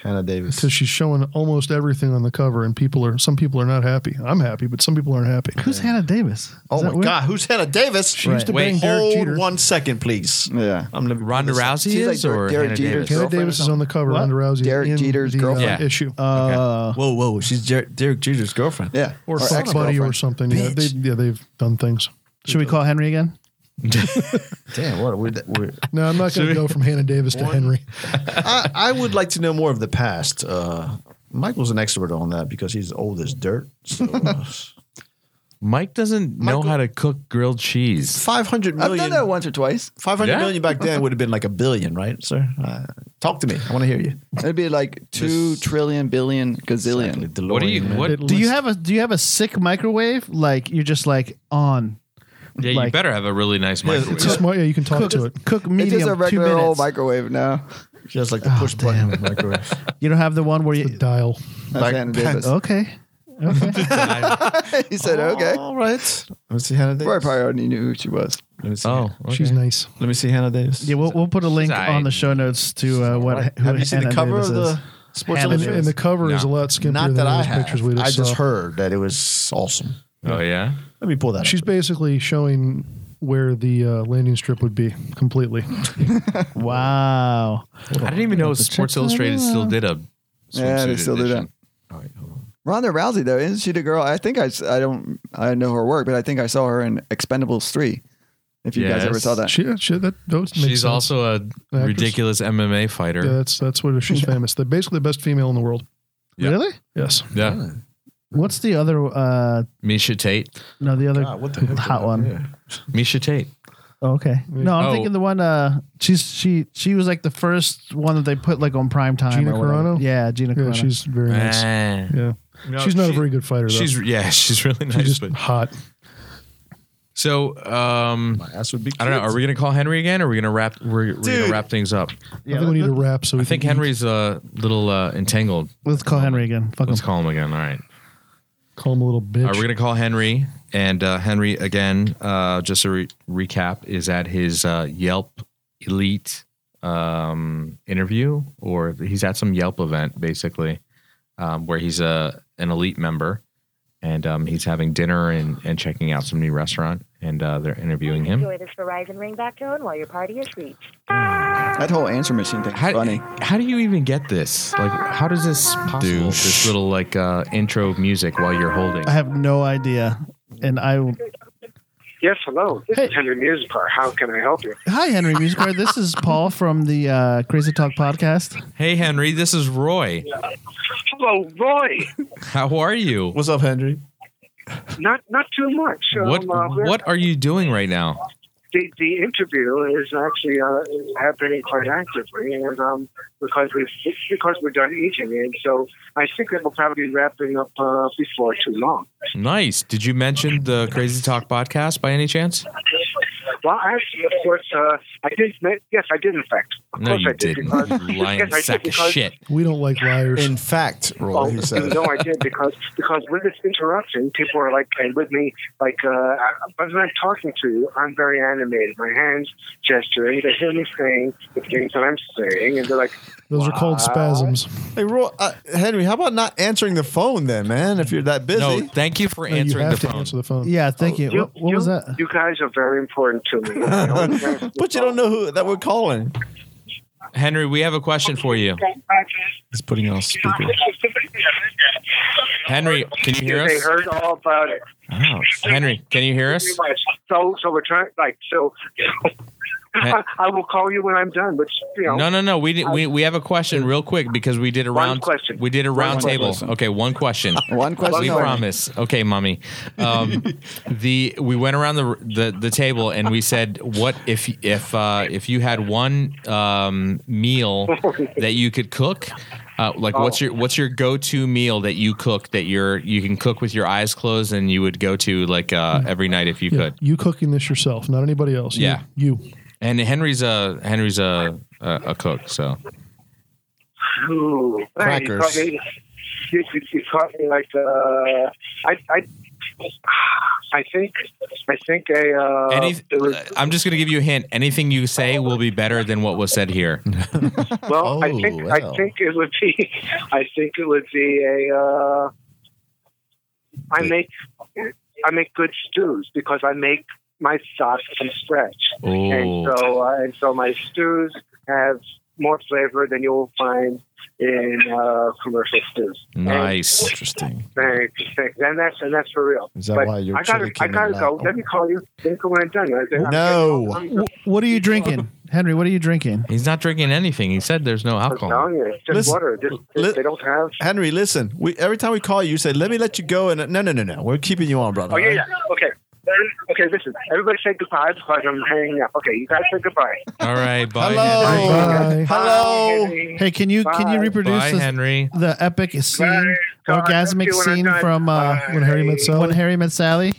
S9: Hannah Davis.
S1: Because she's showing almost everything on the cover, and people are some people are not happy. I'm happy, but some people aren't happy.
S2: Who's Hannah Davis? Is
S9: Oh
S2: that
S9: my
S2: weird?
S9: God, who's Hannah Davis?
S1: She used to
S4: Wait,
S1: bang Derek
S9: Hold
S1: Jeter.
S9: one second, please.
S3: Yeah.
S9: I'm never
S4: Ronda Rousey
S3: She's like
S4: is or
S3: Derek
S4: Hannah
S3: Jeter's
S4: Davis?
S1: Hannah
S3: girlfriend or
S1: Davis is
S3: something?
S1: on the cover.
S2: What?
S1: Ronda Rousey.
S3: Derek
S1: in
S3: Jeter's
S1: the, uh,
S3: girlfriend.
S4: Yeah.
S1: issue
S2: Uh,
S9: Whoa, whoa, she's Jer- Derek Jeter's girlfriend.
S3: Yeah.
S1: or, fuck buddy or
S3: ex-girlfriend.
S1: something. Yeah, they, yeah, they've done things.
S2: Should we call Henry again?
S9: Damn, what? We're, we're,
S1: No, I'm not going to go from Hannah Davis to Henry.
S9: I, I would like to know more of the past. Uh, Michael's an expert on that because he's old as dirt. So, uh,
S4: Mike doesn't know how to cook grilled cheese.
S9: 500
S3: I've
S9: million.
S3: done that once or twice.
S9: Five hundred
S4: Yeah.
S9: million back then would have been like a billion, right, sir? Uh, talk to me. I want to hear you.
S3: It'd be like two trillion, billion, gazillion.
S4: What do you? What?
S1: It
S2: Do you
S1: lists-
S2: have a Do you have a sick microwave? Like you're just like on.
S4: Yeah, you
S2: like-
S4: better have a really nice microwave.
S1: It's a smart. Yeah, you can talk to it.
S2: Cook medium.
S3: It's just a
S2: two
S3: regular
S2: minutes.
S3: old microwave now.
S9: Just like the push button in the microwave.
S2: You don't have the one where
S1: The
S2: you.
S1: dial.
S3: That's Hannah Davis.
S2: Okay. Okay.
S3: he said, okay.
S2: Oh.
S9: All right. Let me see Hannah
S3: Roy
S9: Davis.
S3: probably already knew who she was.
S9: Let me see.
S4: oh,
S1: She's nice.
S9: Let me see Hannah Davis.
S2: yeah, we'll, we'll put a link
S4: She's aight.
S2: on the show notes to uh, what
S9: Right.
S2: who
S9: Have you seen
S2: Hannah
S9: the cover
S2: Davis
S9: of
S2: is.
S9: the Sports
S2: Hannah
S1: And,
S2: Davis.
S9: Illustrated?
S1: and the cover is a
S4: No.
S1: lot skimpier
S9: Not
S1: than
S9: that I
S1: those
S9: have.
S1: pictures we just
S9: I just
S1: saw.
S9: heard that it was awesome.
S4: oh yeah.
S9: Let me pull that.
S1: She's
S9: up.
S1: basically showing where the uh, landing strip would be completely.
S2: Wow.
S4: I didn't even know Sports Illustrated still did a.
S3: Yeah, they
S4: swimsuit
S3: still do that.
S4: edition.
S3: Ronda Rousey, though, isn't she the girl? I think I, s- I don't I know her work, but I think I saw her in Expendables 3. If you guys ever
S4: Yes.
S3: saw that.
S1: She, she, that, that makes
S4: She's
S1: sense.
S4: also a
S1: actress.
S4: ridiculous MMA fighter.
S1: Yeah, that's that's what she's famous. They're basically the best female in the world.
S4: Yeah.
S2: Really?
S1: Yes.
S4: Yeah.
S2: What's the other? uh
S4: Misha Tate.
S2: No, the other
S9: God, what the heck
S2: hot
S9: is
S2: one.
S9: that? Yeah.
S4: Misha Tate.
S2: Oh, okay. No, I'm
S4: Oh.
S2: thinking the one. Uh, she's she she was like the first one that they put like on prime time.
S1: Gina
S2: or whatever.
S1: Carano?
S2: Yeah, Gina
S1: Yeah,
S2: Carano.
S1: she's very nice.
S4: Ah.
S1: Yeah.
S4: No,
S1: she's not a
S4: she-
S1: very good fighter though.
S4: She's yeah, she's really nice.
S1: She's just
S4: but-
S1: hot.
S4: so um,
S9: My ass would be.
S4: I don't know. Are we gonna call Henry again? Or are we gonna wrap? We're, we're gonna
S9: Dude.
S4: wrap things up.
S1: I think we need to wrap so we
S4: I think
S1: can
S4: Henry's a little uh, entangled.
S2: Let's call Henry again. Fuck
S1: Oh.
S2: him.
S4: Let's call him again. All right.
S1: call him a little bitch.
S4: Are we Uh, gonna call Henry? And uh, Henry again, uh, just a re- recap, is at his uh, Yelp Elite um, interview, or he's at some Yelp event basically, um, where he's a an elite member, and um, he's having dinner and, and checking out some new restaurant, and uh, they're interviewing him.
S11: Enjoy this Verizon ringback tone while your party is reached.
S3: That whole answer machine thing is
S4: How,
S3: funny.
S4: how do you even get this? Like, how does this possible? This little like uh, intro music while you're holding.
S2: I have no idea. And I
S10: Yes, hello. This
S2: Hey.
S10: is Henry Music Bar. How can I help you?
S2: hi Henry Musquare. this is Paul from the uh, Crazy Talk podcast.
S4: Hey Henry, this is Roy.
S10: Hello, Roy.
S4: How are you?
S9: What's up, Henry?
S10: not not too much.
S4: What
S10: Um, uh, we're-
S4: what are you doing right now?
S10: the, the interview is actually uh, happening quite actively, and um, because we because we're done eating, and so I think that we'll probably be wrapping up uh, before too long.
S4: Nice. Did you mention the Crazy Talk podcast by any chance?
S10: Well, actually, of course, uh, I did. ma- Yes, I did. In fact, of
S4: No,
S10: course,
S4: you
S10: I did.
S4: didn't.
S10: because-
S4: You lying
S10: yes, I did,
S4: sack of
S10: because-
S4: shit.
S1: We don't like liars.
S9: In fact, Roy,
S10: Oh,
S9: he said.
S10: no, I did because because with this interruption, people are like and with me like uh, I- when I'm talking to you, I'm very animated. My hands gesturing, they hear me saying the things that I'm saying, and they're like,
S1: Those are called spasms.
S9: Hey, Roy, uh, Henry, how about not answering the phone then, man? If you're that busy.
S4: No, thank you for
S1: No, you
S4: answering
S1: have
S4: the
S1: to
S4: phone.
S1: answer the phone.
S2: Yeah, thank you.
S10: you,
S2: What, what
S10: you,
S2: was that?
S10: You guys are very important to me.
S9: but you don't know who that we're calling.
S4: Henry, we have a question for you.
S9: He's putting it on speaker.
S4: Henry, can you hear
S10: They
S4: us?
S10: heard all about it.
S4: Henry, can you hear us?
S10: So, so we're trying, like, so. I, I will call you when I'm done. But you know,
S4: No, no, no. We did, we we have a question real quick because we did a
S10: One
S4: round.
S10: question.
S4: We did a
S10: One
S4: round table.
S10: question.
S4: Okay, one question.
S3: one question
S4: We
S3: only.
S4: promise. Okay, mommy. Um, the we went around the, the the table and we said, what if if uh, if you had one um, meal that you could cook? Uh, like what's your what's your go to meal that you cook that you're you can cook with your eyes closed and you would go to like uh, every night if you could.
S1: You cooking this yourself, not anybody else. You-
S4: Yeah.
S1: you.
S4: And Henry's a Henry's a a, a cook, so
S10: Ooh, man, you caught
S4: Crackers.
S10: me- You, you, you caught me like uh, I, I, I think, I think a. Uh,
S4: Any-
S10: it was,
S4: I'm just going to give you a hint. Anything you say will be better than what was said here.
S10: well, I
S4: Oh,
S10: think
S4: wow.
S10: I think it would be, I think it would be a. Uh, I make, I make good stews because I make my sauce from scratch, and
S4: Oh,
S10: so uh, and so my stews have more flavor than you'll find in uh, commercial stews.
S4: nice. Interesting.
S10: Thanks, thanks. And that's and that's for real.
S9: Is that why your
S10: I gotta,
S9: chili
S10: I
S9: came
S10: gotta
S9: in Oh,
S10: go.
S9: loud?
S10: Let me call you. Let me call when I'm done. I- I'm- I'm-
S2: W- what are you drinking, Henry? What are you drinking?
S4: He's not drinking anything. He said there's no
S10: I'm telling you, it's just
S9: Listen,
S10: water. This,
S9: li-
S10: they don't have.
S9: Henry, listen. We every time we call you, you say, "Let me let you go," and no, no, no, no. We're keeping you on, brother.
S10: Oh yeah,
S9: all
S10: yeah.
S9: right?
S10: Okay. Then- Okay, listen. Everybody say goodbye because I'm hanging up. Okay, you guys say goodbye.
S4: All right, bye.
S2: Hello.
S4: Henry.
S10: Hello.
S2: Hey, can you can you reproduce
S4: Bye,
S2: this-
S4: Henry.
S2: the epic scene, orgasmic scene from uh, when Harry met Sally? When Harry met Sally.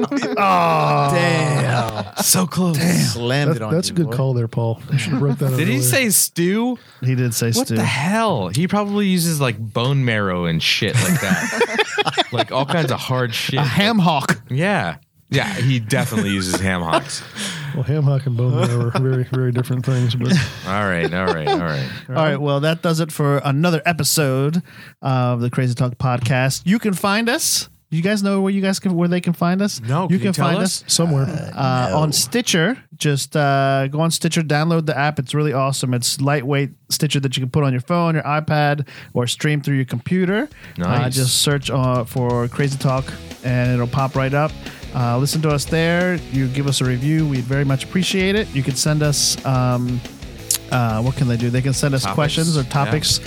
S9: Oh, damn!
S4: So close.
S9: Slammed
S1: That's,
S9: it on
S1: that's
S9: you,
S1: a good
S9: boy.
S1: call there, Paul. I should have wrote that.
S4: Did he
S1: earlier.
S4: say stew?
S2: He did say
S4: What
S2: stew.
S4: the hell? He probably uses like bone marrow and shit like that. like all kinds of hard shit.
S2: A ham hawk.
S4: Yeah. Yeah, he definitely uses ham hocks.
S1: Well, ham hock and bone marrow are very, very different things. But
S4: All right, all right, all right.
S2: All right. Well, that does it for another episode of the Crazy Talk podcast. You can find us. You guys know where you guys can where they can find us.
S4: No, can you tell us?
S1: somewhere,
S2: uh, on Stitcher. Just uh, go on Stitcher, download the app. It's really awesome. It's lightweight Stitcher that you can put on your phone, your iPad, or stream through your computer.
S4: Nice.
S2: Uh, just search uh, for Crazy Talk, and it'll pop right up. Uh, listen to us there. You give us a review. We very much appreciate it. You can send us. Um, uh, what can they do? They can send us
S4: Topics.
S2: questions or
S4: Yeah.
S2: topics.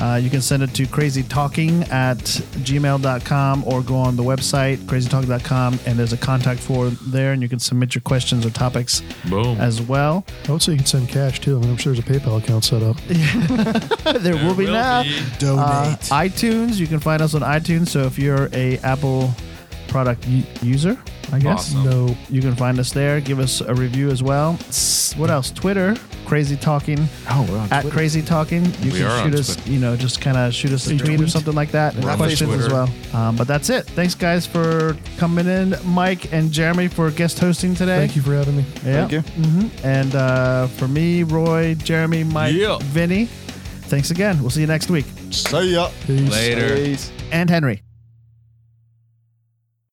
S2: Uh, you can send it to crazytalking at gmail.com or go on the website, crazytalk.com, and there's a contact form there, and you can submit your questions or topics
S4: Boom.
S2: as well.
S1: I would say you can send cash too. I mean, I'm sure there's a PayPal account set up.
S2: there will be now. Uh, iTunes, you can find us on iTunes. So if you're a Apple product u- user, I guess,
S4: Awesome.
S1: No,
S2: you can find us there. Give us a review as well. S- What else? Twitter, Crazy Talking.
S9: Oh, we're on
S2: at
S9: Twitter.
S2: Crazy Talking. You
S4: We
S2: can
S4: are on
S2: shoot us,
S4: Twitter.
S2: you know, just kind of shoot us a, tweet, or something like that. And
S4: on
S2: questions as
S4: Twitter.
S2: well. Um, but that's it. Thanks, guys, for coming in. Mike and Jeremy for guest hosting today.
S1: thank you for having me.
S2: Yeah.
S3: Thank you.
S2: hmm And uh, for me, Roy, Jeremy, Mike,
S4: Yeah.
S2: Vinny, thanks again. We'll see you next week.
S9: See ya.
S1: Peace.
S4: Later.
S9: Peace.
S2: And Henry.